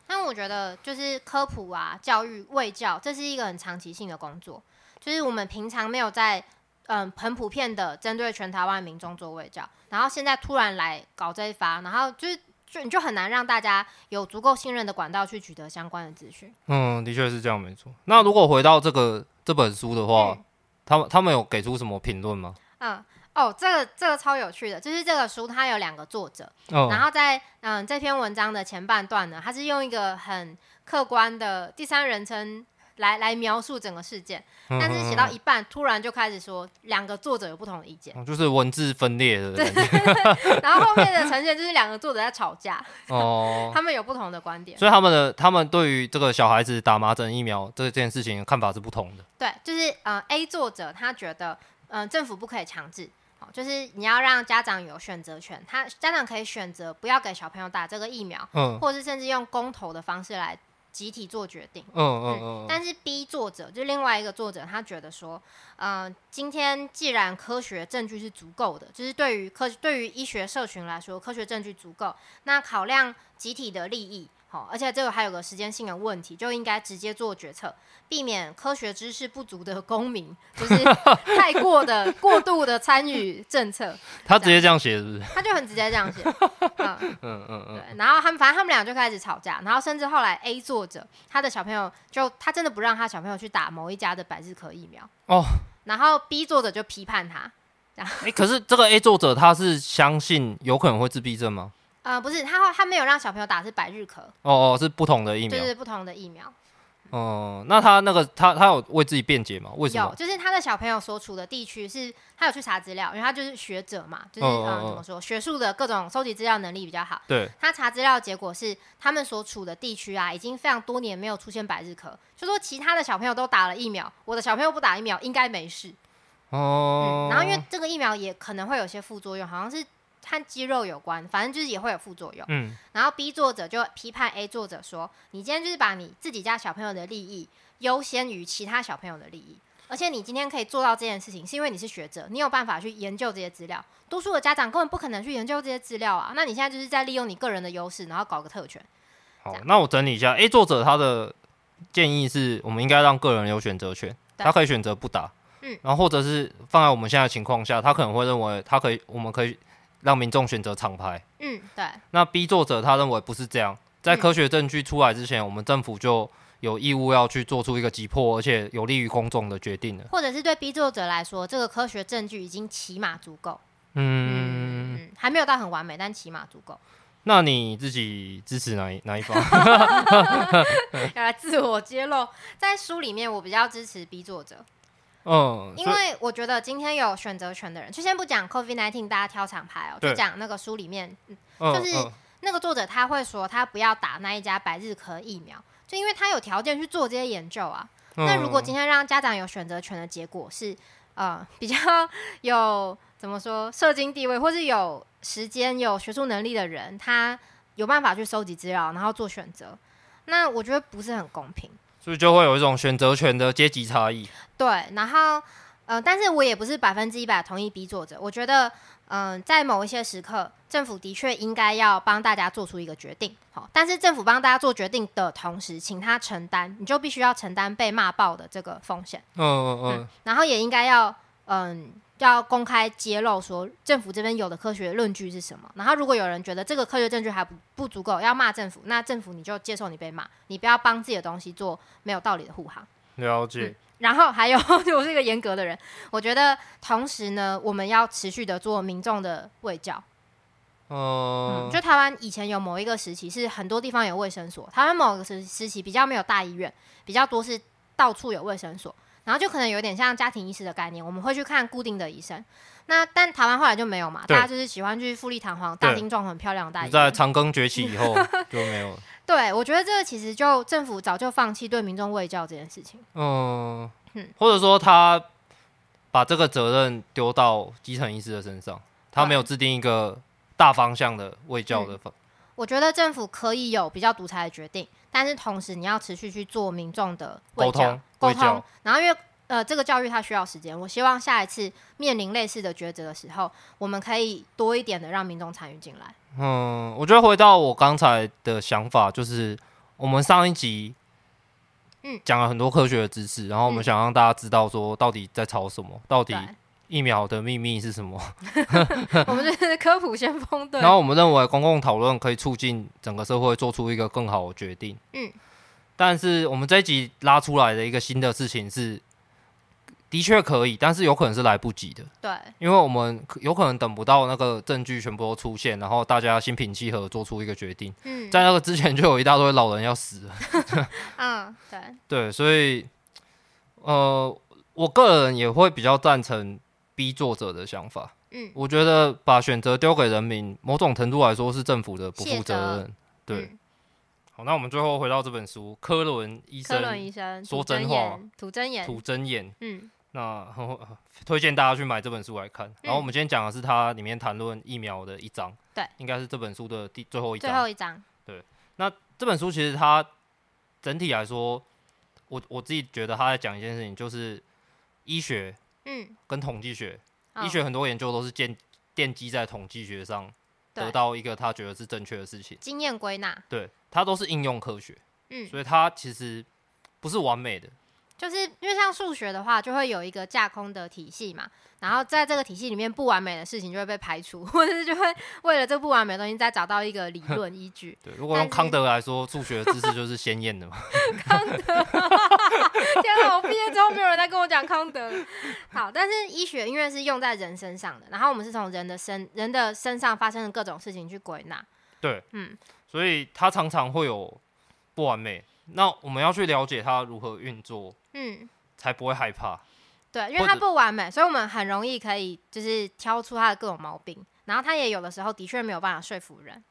[SPEAKER 2] 但我觉得就是科普啊、教育、卫教，这是一个很长期性的工作，就是我们平常没有在嗯很普遍的针对全台湾民众做卫教，然后现在突然来搞这一发，然后就是就你就很难让大家有足够信任的管道去取得相关的资讯。
[SPEAKER 3] 嗯，的确是这样，没错。那如果回到这个这本书的话，
[SPEAKER 2] 嗯
[SPEAKER 3] 他们他们有给出什么评论吗？
[SPEAKER 2] 嗯，哦，这个这个超有趣的，就是这个书它有两个作者，然
[SPEAKER 3] 嗯，
[SPEAKER 2] 后在嗯这篇文章的前半段呢，它是用一个很客观的第三人称来来描述整个事件，
[SPEAKER 3] 嗯
[SPEAKER 2] 但是写到一半，突然就开始说两个作者有不同的意见，
[SPEAKER 3] 嗯就是文字分裂的感觉
[SPEAKER 2] 然后后面的呈现就是两个作者在吵架，(laughs)
[SPEAKER 3] 哦。
[SPEAKER 2] 他们有不同的观点。
[SPEAKER 3] 所以他们的他们对于这个小孩子打麻疹疫苗这件事情的看法是不同的。
[SPEAKER 2] 对，就是呃 A 作者他觉得，嗯、政府不可以强制。哦就是你要让家长有选择权，他家长可以选择不要给小朋友打这个疫苗，
[SPEAKER 3] 嗯
[SPEAKER 2] 或者是甚至用公投的方式来集体做决定。
[SPEAKER 3] 嗯嗯嗯嗯。
[SPEAKER 2] 但是 B 作者就是另外一个作者，他觉得说，呃，今天既然科学证据是足够的，就是对于科对于医学社群来说，科学证据足够，那考量集体的利益，好、而且这个还有个时间性的问题，就应该直接做决策，避免科学知识不足的公民就是 (laughs) 太过的过度的参与政策，
[SPEAKER 3] 他直接这样写是不 (laughs) 是？
[SPEAKER 2] 他就很直接这样写，嗯。
[SPEAKER 3] 嗯嗯嗯，
[SPEAKER 2] 对，然后他们反正他们俩就开始吵架，然后甚至后来 A 作者他的小朋友就他真的不让他小朋友去打某一家的百日咳疫苗
[SPEAKER 3] 哦。
[SPEAKER 2] 然后 B 作者就批判他，
[SPEAKER 3] 哎、可是这个 A 作者他是相信有可能会自闭症吗？
[SPEAKER 2] 呃，不是他他没有让小朋友打是百日咳，
[SPEAKER 3] 哦哦，是不同的疫苗。
[SPEAKER 2] 就是不同的疫苗。
[SPEAKER 3] 哦、那他那个他他有为自己辩解吗？为什
[SPEAKER 2] 有，
[SPEAKER 3] 么？
[SPEAKER 2] 就是他的小朋友所处的地区是，他有去查资料，因为他就是学者嘛，就是
[SPEAKER 3] 嗯嗯
[SPEAKER 2] 嗯
[SPEAKER 3] 嗯
[SPEAKER 2] 怎么说，学术的各种收集资料能力比较好。
[SPEAKER 3] 对，
[SPEAKER 2] 他查资料结果是，他们所处的地区啊，已经非常多年没有出现百日咳，就说其他的小朋友都打了疫苗，我的小朋友不打疫苗应该没事。
[SPEAKER 3] 哦、
[SPEAKER 2] 嗯，然后因为这个疫苗也可能会有些副作用，好像是和肌肉有关，反正就是也会有副作用。
[SPEAKER 3] 嗯
[SPEAKER 2] 然后 B 作者就批判 A 作者说，你今天就是把你自己家小朋友的利益优先于其他小朋友的利益。而且你今天可以做到这件事情，是因为你是学者，你有办法去研究这些资料。多数的家长根本不可能去研究这些资料啊。那你现在就是在利用你个人的优势，然后搞个特权。
[SPEAKER 3] 好，那我整理一下，A 作者他的建议是我们应该让个人有选择权，
[SPEAKER 2] 对
[SPEAKER 3] 他可以选择不打，
[SPEAKER 2] 嗯，
[SPEAKER 3] 然后或者是放在我们现在的情况下，他可能会认为他可以，我们可以让民众选择厂牌。
[SPEAKER 2] 嗯，对，
[SPEAKER 3] 那 B 作者他认为不是这样，在
[SPEAKER 2] 嗯
[SPEAKER 3] 科学证据出来之前，我们政府就有义务要去做出一个急迫而且有利于公众的决定了。
[SPEAKER 2] 或者是对 B 作者来说，这个科学证据已经起码足够。
[SPEAKER 3] 嗯，
[SPEAKER 2] 嗯，还没有到很完美，但起码足够。
[SPEAKER 3] 那你自己支持哪一哪一方？
[SPEAKER 2] (laughs) 要来自我揭露。在书里面，我比较支持 B 作者，
[SPEAKER 3] 嗯，
[SPEAKER 2] 因
[SPEAKER 3] 所以
[SPEAKER 2] 为我觉得今天有选择权的人，就先不讲 COVID nineteen 大家挑厂牌哦，
[SPEAKER 3] 对
[SPEAKER 2] 就讲那个书里面
[SPEAKER 3] 嗯
[SPEAKER 2] 就是
[SPEAKER 3] 嗯
[SPEAKER 2] 那个作者他会说他不要打那一家百日咳疫苗，就因为他有条件去做这些研究啊。
[SPEAKER 3] 嗯
[SPEAKER 2] 那如果今天让家长有选择权的结果是，呃，比较有怎么说社经地位，或是有时间、有学术能力的人，他有办法去收集资料，然后做选择，那我觉得不是很公平。
[SPEAKER 3] 所以就会有一种选择权的阶级差异。
[SPEAKER 2] 对，然后呃，但是我也不是百分之一百同意 B 作者，我觉得嗯、在某一些时刻，政府的确应该要帮大家做出一个决定，好，但是政府帮大家做决定的同时，请他承担，你就必须要承担被骂爆的这个风险。
[SPEAKER 3] 嗯嗯嗯
[SPEAKER 2] 嗯，然后也应该要嗯。要公开揭露说政府这边有的科学论据是什么，然后如果有人觉得这个科学证据还不不足够，要骂政府，那政府你就接受你被骂，你不要帮自己的东西做没有道理的护航。
[SPEAKER 3] 了解。
[SPEAKER 2] 然后还有， (laughs) 就我是一个严格的人，我觉得同时呢，我们要持续的做民众的卫教。嗯，
[SPEAKER 3] 嗯
[SPEAKER 2] 就台湾以前有某一个时期是很多地方有卫生所，台湾某个时时期比较没有大医院，比较多是到处有卫生所，然后就可能有点像家庭医师的概念，我们会去看固定的医生。那但台湾后来就没有嘛，
[SPEAKER 3] 对
[SPEAKER 2] 大家就是喜欢去富丽堂皇、大庭壮很漂亮的大医
[SPEAKER 3] 你在
[SPEAKER 2] 院。
[SPEAKER 3] 长庚崛起
[SPEAKER 2] (laughs)
[SPEAKER 3] 以后就没有了。
[SPEAKER 2] 对，我觉得这个其实就政府早就放弃对民众卫教这件事情。
[SPEAKER 3] 嗯
[SPEAKER 2] 嗯，
[SPEAKER 3] 或者说他把这个责任丢到基层医师的身上，他没有制定一个大方向的卫教的方。
[SPEAKER 2] 我觉得政府可以有比较独裁的决定，但是同时你要持续去做民众的
[SPEAKER 3] 沟
[SPEAKER 2] 卫教
[SPEAKER 3] 通
[SPEAKER 2] 沟
[SPEAKER 3] 卫
[SPEAKER 2] 通
[SPEAKER 3] 教。
[SPEAKER 2] 然后因为呃，这个教育它需要时间，我希望下一次面临类似的抉择的时候，我们可以多一点的让民众参与进来。
[SPEAKER 3] 嗯，我觉得回到我刚才的想法，就是我们上一集
[SPEAKER 2] 嗯
[SPEAKER 3] 讲了很多科学的知识，然后我
[SPEAKER 2] 嗯
[SPEAKER 3] 们想让大家知道说到底在吵什么，到底
[SPEAKER 2] 对，
[SPEAKER 3] 疫苗的秘密是什么。
[SPEAKER 2] 我们就是科普先锋队
[SPEAKER 3] 然。后我们认为公共讨论可以促进整个社会做出一个更好的决定。
[SPEAKER 2] 嗯，
[SPEAKER 3] 但是我们这一集拉出来的一个新的事情是，的确可以，但是有可能是来不及的，
[SPEAKER 2] 对，
[SPEAKER 3] 因为我们可有可能等不到那个证据全部都出现，然后大家心平气和做出一个决定。
[SPEAKER 2] 嗯
[SPEAKER 3] 在那个之前，就有一大堆老人要死了。
[SPEAKER 2] 嗯，对，
[SPEAKER 3] 对，所以，呃，我个人也会比较赞成逼作者的想法。
[SPEAKER 2] 嗯
[SPEAKER 3] 我觉得把选择丢给人民，某种程度来说是政府的不负责任。对，
[SPEAKER 2] 嗯
[SPEAKER 3] 好，那我们最后回到这本书，科伦医
[SPEAKER 2] 科伦
[SPEAKER 3] 生
[SPEAKER 2] 医生
[SPEAKER 3] 说
[SPEAKER 2] 吐真
[SPEAKER 3] 真话哦
[SPEAKER 2] 言，吐真言，
[SPEAKER 3] 吐真言，
[SPEAKER 2] 嗯
[SPEAKER 3] 那推荐大家去买这本书来看。然后我们今天讲的是它里面谈论疫苗的一章，
[SPEAKER 2] 嗯对
[SPEAKER 3] 应该是这本书的第最后一
[SPEAKER 2] 最
[SPEAKER 3] 章
[SPEAKER 2] 后。一章，
[SPEAKER 3] 这本书其实它整体来说，我我自己觉得他在讲一件事情，就是医学
[SPEAKER 2] 嗯，
[SPEAKER 3] 跟统计学，
[SPEAKER 2] 哦
[SPEAKER 3] 医学很多研究都是建奠基在统计学上，
[SPEAKER 2] 对
[SPEAKER 3] 得到一个他觉得是正确的事情。
[SPEAKER 2] 经验归纳，
[SPEAKER 3] 对，它都是应用科学，
[SPEAKER 2] 嗯，
[SPEAKER 3] 所以它其实不是完美的。
[SPEAKER 2] 就是因为像数学的话，就会有一个架空的体系嘛，然后在这个体系里面，不完美的事情就会被排除，或者是就会为了这不完美的东西再找到一个理论依据。
[SPEAKER 3] 对，如果
[SPEAKER 2] 但
[SPEAKER 3] 用
[SPEAKER 2] 是
[SPEAKER 3] 康德来说，数学的知识就是鲜艳的
[SPEAKER 2] (laughs)
[SPEAKER 3] 嘛。
[SPEAKER 2] 天啊，我毕业之后没有人再跟我讲康德 (laughs) 了。好，但是医学因为是用在人身上的，然后我们是从人的身人的身上发生的各种事情去归纳。
[SPEAKER 3] 对，
[SPEAKER 2] 嗯，
[SPEAKER 3] 所以它常常会有不完美。那我们要去了解它如何运作，
[SPEAKER 2] 嗯，
[SPEAKER 3] 才不会害怕。
[SPEAKER 2] 对，因
[SPEAKER 3] 或
[SPEAKER 2] 为它
[SPEAKER 3] 者
[SPEAKER 2] 不完美，所以我们很容易可以就是挑出它的各种毛病，然后它也有的时候的确没有办法说服人。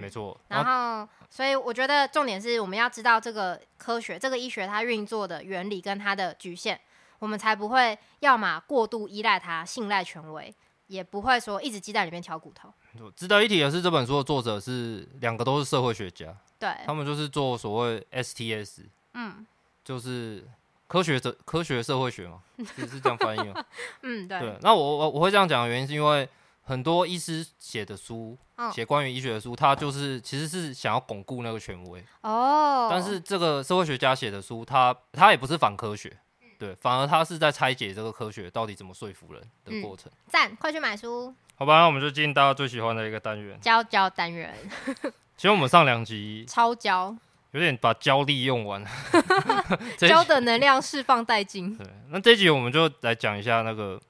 [SPEAKER 3] 没错。然
[SPEAKER 2] 然
[SPEAKER 3] 后，
[SPEAKER 2] 后，所以我觉得重点是我们要知道这个科学、这个医学它运作的原理跟它的局限，我们才不会要么过度依赖它、信赖权威，也不会说一直鸡蛋里面挑骨头。
[SPEAKER 3] 值得一提的是，这本书的作者是两个都是社会学家，
[SPEAKER 2] 对，
[SPEAKER 3] 他们就是做所谓 STS，
[SPEAKER 2] 嗯
[SPEAKER 3] 就是科学者科学社会学
[SPEAKER 2] (laughs)
[SPEAKER 3] 嘛，是是这样翻译吗？
[SPEAKER 2] 嗯，对，
[SPEAKER 3] 对，那我我我会这样讲的原因是因为很多医师写的书
[SPEAKER 2] 嗯，
[SPEAKER 3] 写关于医学的书，他就是其实是想要巩固那个权威，
[SPEAKER 2] 哦，
[SPEAKER 3] 但是这个社会学家写的书，他他也不是反科学，
[SPEAKER 2] 嗯
[SPEAKER 3] 对，反而他是在拆解这个科学到底怎么说服人
[SPEAKER 2] 嗯
[SPEAKER 3] 的过程。
[SPEAKER 2] 赞，快去买书，
[SPEAKER 3] 好吧，那我们就进大家最喜欢的一个单元。
[SPEAKER 2] 教教单 (laughs) 元，
[SPEAKER 3] 其实我们上两集
[SPEAKER 2] 超教，
[SPEAKER 3] 有点把焦力
[SPEAKER 2] (laughs)
[SPEAKER 3] 用完，这一集
[SPEAKER 2] 教的能量释放殆尽。
[SPEAKER 3] 对，那这一集我们就来讲一下那个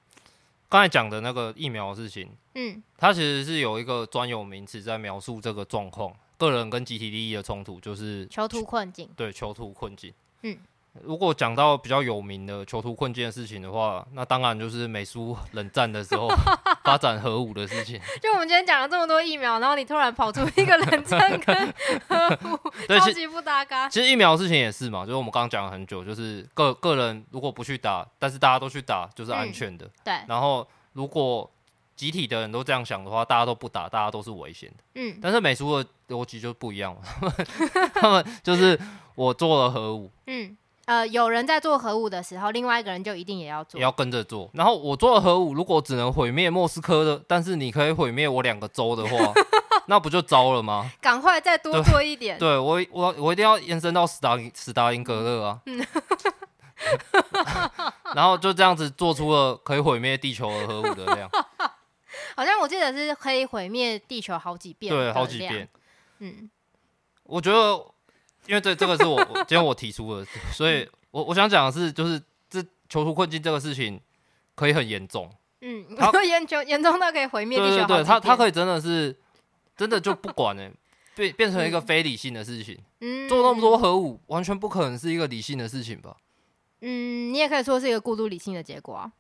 [SPEAKER 3] 刚才讲的那个疫苗的事情。
[SPEAKER 2] 嗯
[SPEAKER 3] 它其实是有一个专有名词在描述这个状况，个人跟集体利益的冲突，就是
[SPEAKER 2] 囚徒困境，
[SPEAKER 3] 对囚徒困境。
[SPEAKER 2] 嗯，
[SPEAKER 3] 如果讲到比较有名的囚徒困境的事情的话，那当然就是美苏冷战的时
[SPEAKER 2] (laughs)
[SPEAKER 3] 候发展核武的事情。
[SPEAKER 2] 就我们今天讲了这么多疫苗，然后你突然跑出一个冷战
[SPEAKER 3] (laughs)
[SPEAKER 2] 跟呵护，
[SPEAKER 3] 对，
[SPEAKER 2] 超
[SPEAKER 3] 其
[SPEAKER 2] 级不搭嘎。
[SPEAKER 3] 其实疫苗的事情也是嘛，就是我们刚刚讲了很久，就是个个人如果不去打，但是大家都去打，就是安全的。
[SPEAKER 2] 嗯对，
[SPEAKER 3] 然后如果集体的人都这样想的话，大家都不打，大家都是危险的。
[SPEAKER 2] 嗯
[SPEAKER 3] 但是美苏的逻辑就不一样了，他们他们就是我做了核武，
[SPEAKER 2] 嗯，呃有人在做核武的时候，另外一个人就一定也要做
[SPEAKER 3] 也。要跟着做。然后我做了核武，如果只能毁灭莫斯科的，但是你可以毁灭我两个州
[SPEAKER 2] (laughs)
[SPEAKER 3] 的话，那不就糟了吗？
[SPEAKER 2] 赶快再多
[SPEAKER 3] 对
[SPEAKER 2] 做一点，
[SPEAKER 3] 对我，我我一定要延伸到斯大林斯大林格勒啊。
[SPEAKER 2] 嗯
[SPEAKER 3] (laughs) 然后就这样子做出了可以毁灭地球的核武的
[SPEAKER 2] (laughs)
[SPEAKER 3] 量，
[SPEAKER 2] 好像我记得是可以毁灭地球好几遍，
[SPEAKER 3] 对，好几遍。。
[SPEAKER 2] 嗯，
[SPEAKER 3] 我觉得，因为这这个是我我今天我提出的，所
[SPEAKER 2] 嗯
[SPEAKER 3] 以我我想讲的是，就是这囚徒困境这个事情可以很严重，
[SPEAKER 2] 嗯，
[SPEAKER 3] 它
[SPEAKER 2] 严重严重到可以毁灭
[SPEAKER 3] 对
[SPEAKER 2] 地球好
[SPEAKER 3] 对对，
[SPEAKER 2] 几
[SPEAKER 3] 他他
[SPEAKER 2] 遍，
[SPEAKER 3] 可以真的是真的就不管了、变变成一个非理性的事情。
[SPEAKER 2] 嗯
[SPEAKER 3] 做那么多，核武，完全不可能是一个理性的事情吧？
[SPEAKER 2] 嗯，你也可以说是一个过度理性的结果啊。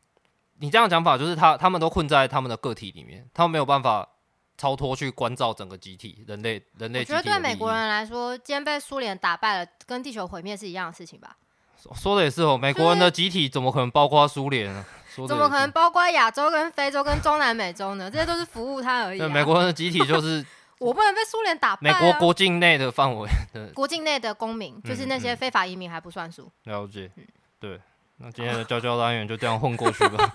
[SPEAKER 3] 你这样讲法就是他他们都困在他们的个体里面，他们没有办法超脱去关照整个集体人类人类
[SPEAKER 2] 我
[SPEAKER 3] 集
[SPEAKER 2] 觉
[SPEAKER 3] 体的
[SPEAKER 2] 得
[SPEAKER 3] 利
[SPEAKER 2] 对
[SPEAKER 3] 益。
[SPEAKER 2] 美国人来说，今天被苏联打败了，跟地球毁灭是一样的事情吧？
[SPEAKER 3] 说说的也是哦，美国人的集体怎么可能包括苏联啊？说的
[SPEAKER 2] 怎
[SPEAKER 3] 也
[SPEAKER 2] 么
[SPEAKER 3] 是
[SPEAKER 2] 可能？包括亚洲、跟非洲、跟中南美洲呢？这些都是服务他而已、
[SPEAKER 3] 对，
[SPEAKER 2] 啊。
[SPEAKER 3] 美国人的集体就是
[SPEAKER 2] 我不能被苏联打败、
[SPEAKER 3] 美
[SPEAKER 2] 啊。 (laughs)
[SPEAKER 3] 国国境内的范围
[SPEAKER 2] 国境内的公民，就是那些
[SPEAKER 3] 嗯
[SPEAKER 2] 非法移民还不算数。
[SPEAKER 3] 了解。对，那今天的教教单元就这样混过
[SPEAKER 2] (laughs)
[SPEAKER 3] 去吧。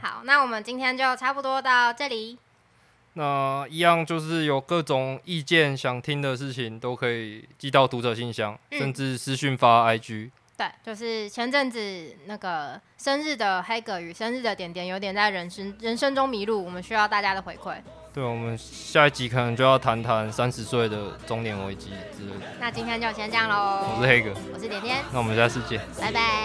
[SPEAKER 2] 好，那我们今天就差不多到这里。
[SPEAKER 3] 那一样就是有各种意见想听的事情，都可以寄到读者信箱，
[SPEAKER 2] 嗯
[SPEAKER 3] 甚至私讯发 IG。
[SPEAKER 2] 对，就是前阵子那个生日的黑格与生日的点点有点在人生人生中迷路，我们需要大家的回馈。
[SPEAKER 3] 对，我们下一集可能就要谈谈三十岁的中年危机之类的。
[SPEAKER 2] 那今天就先这样
[SPEAKER 3] 我
[SPEAKER 2] 喽，
[SPEAKER 3] 是黑哥，
[SPEAKER 2] 我是点点，
[SPEAKER 3] 那我们下次见。
[SPEAKER 2] 拜拜。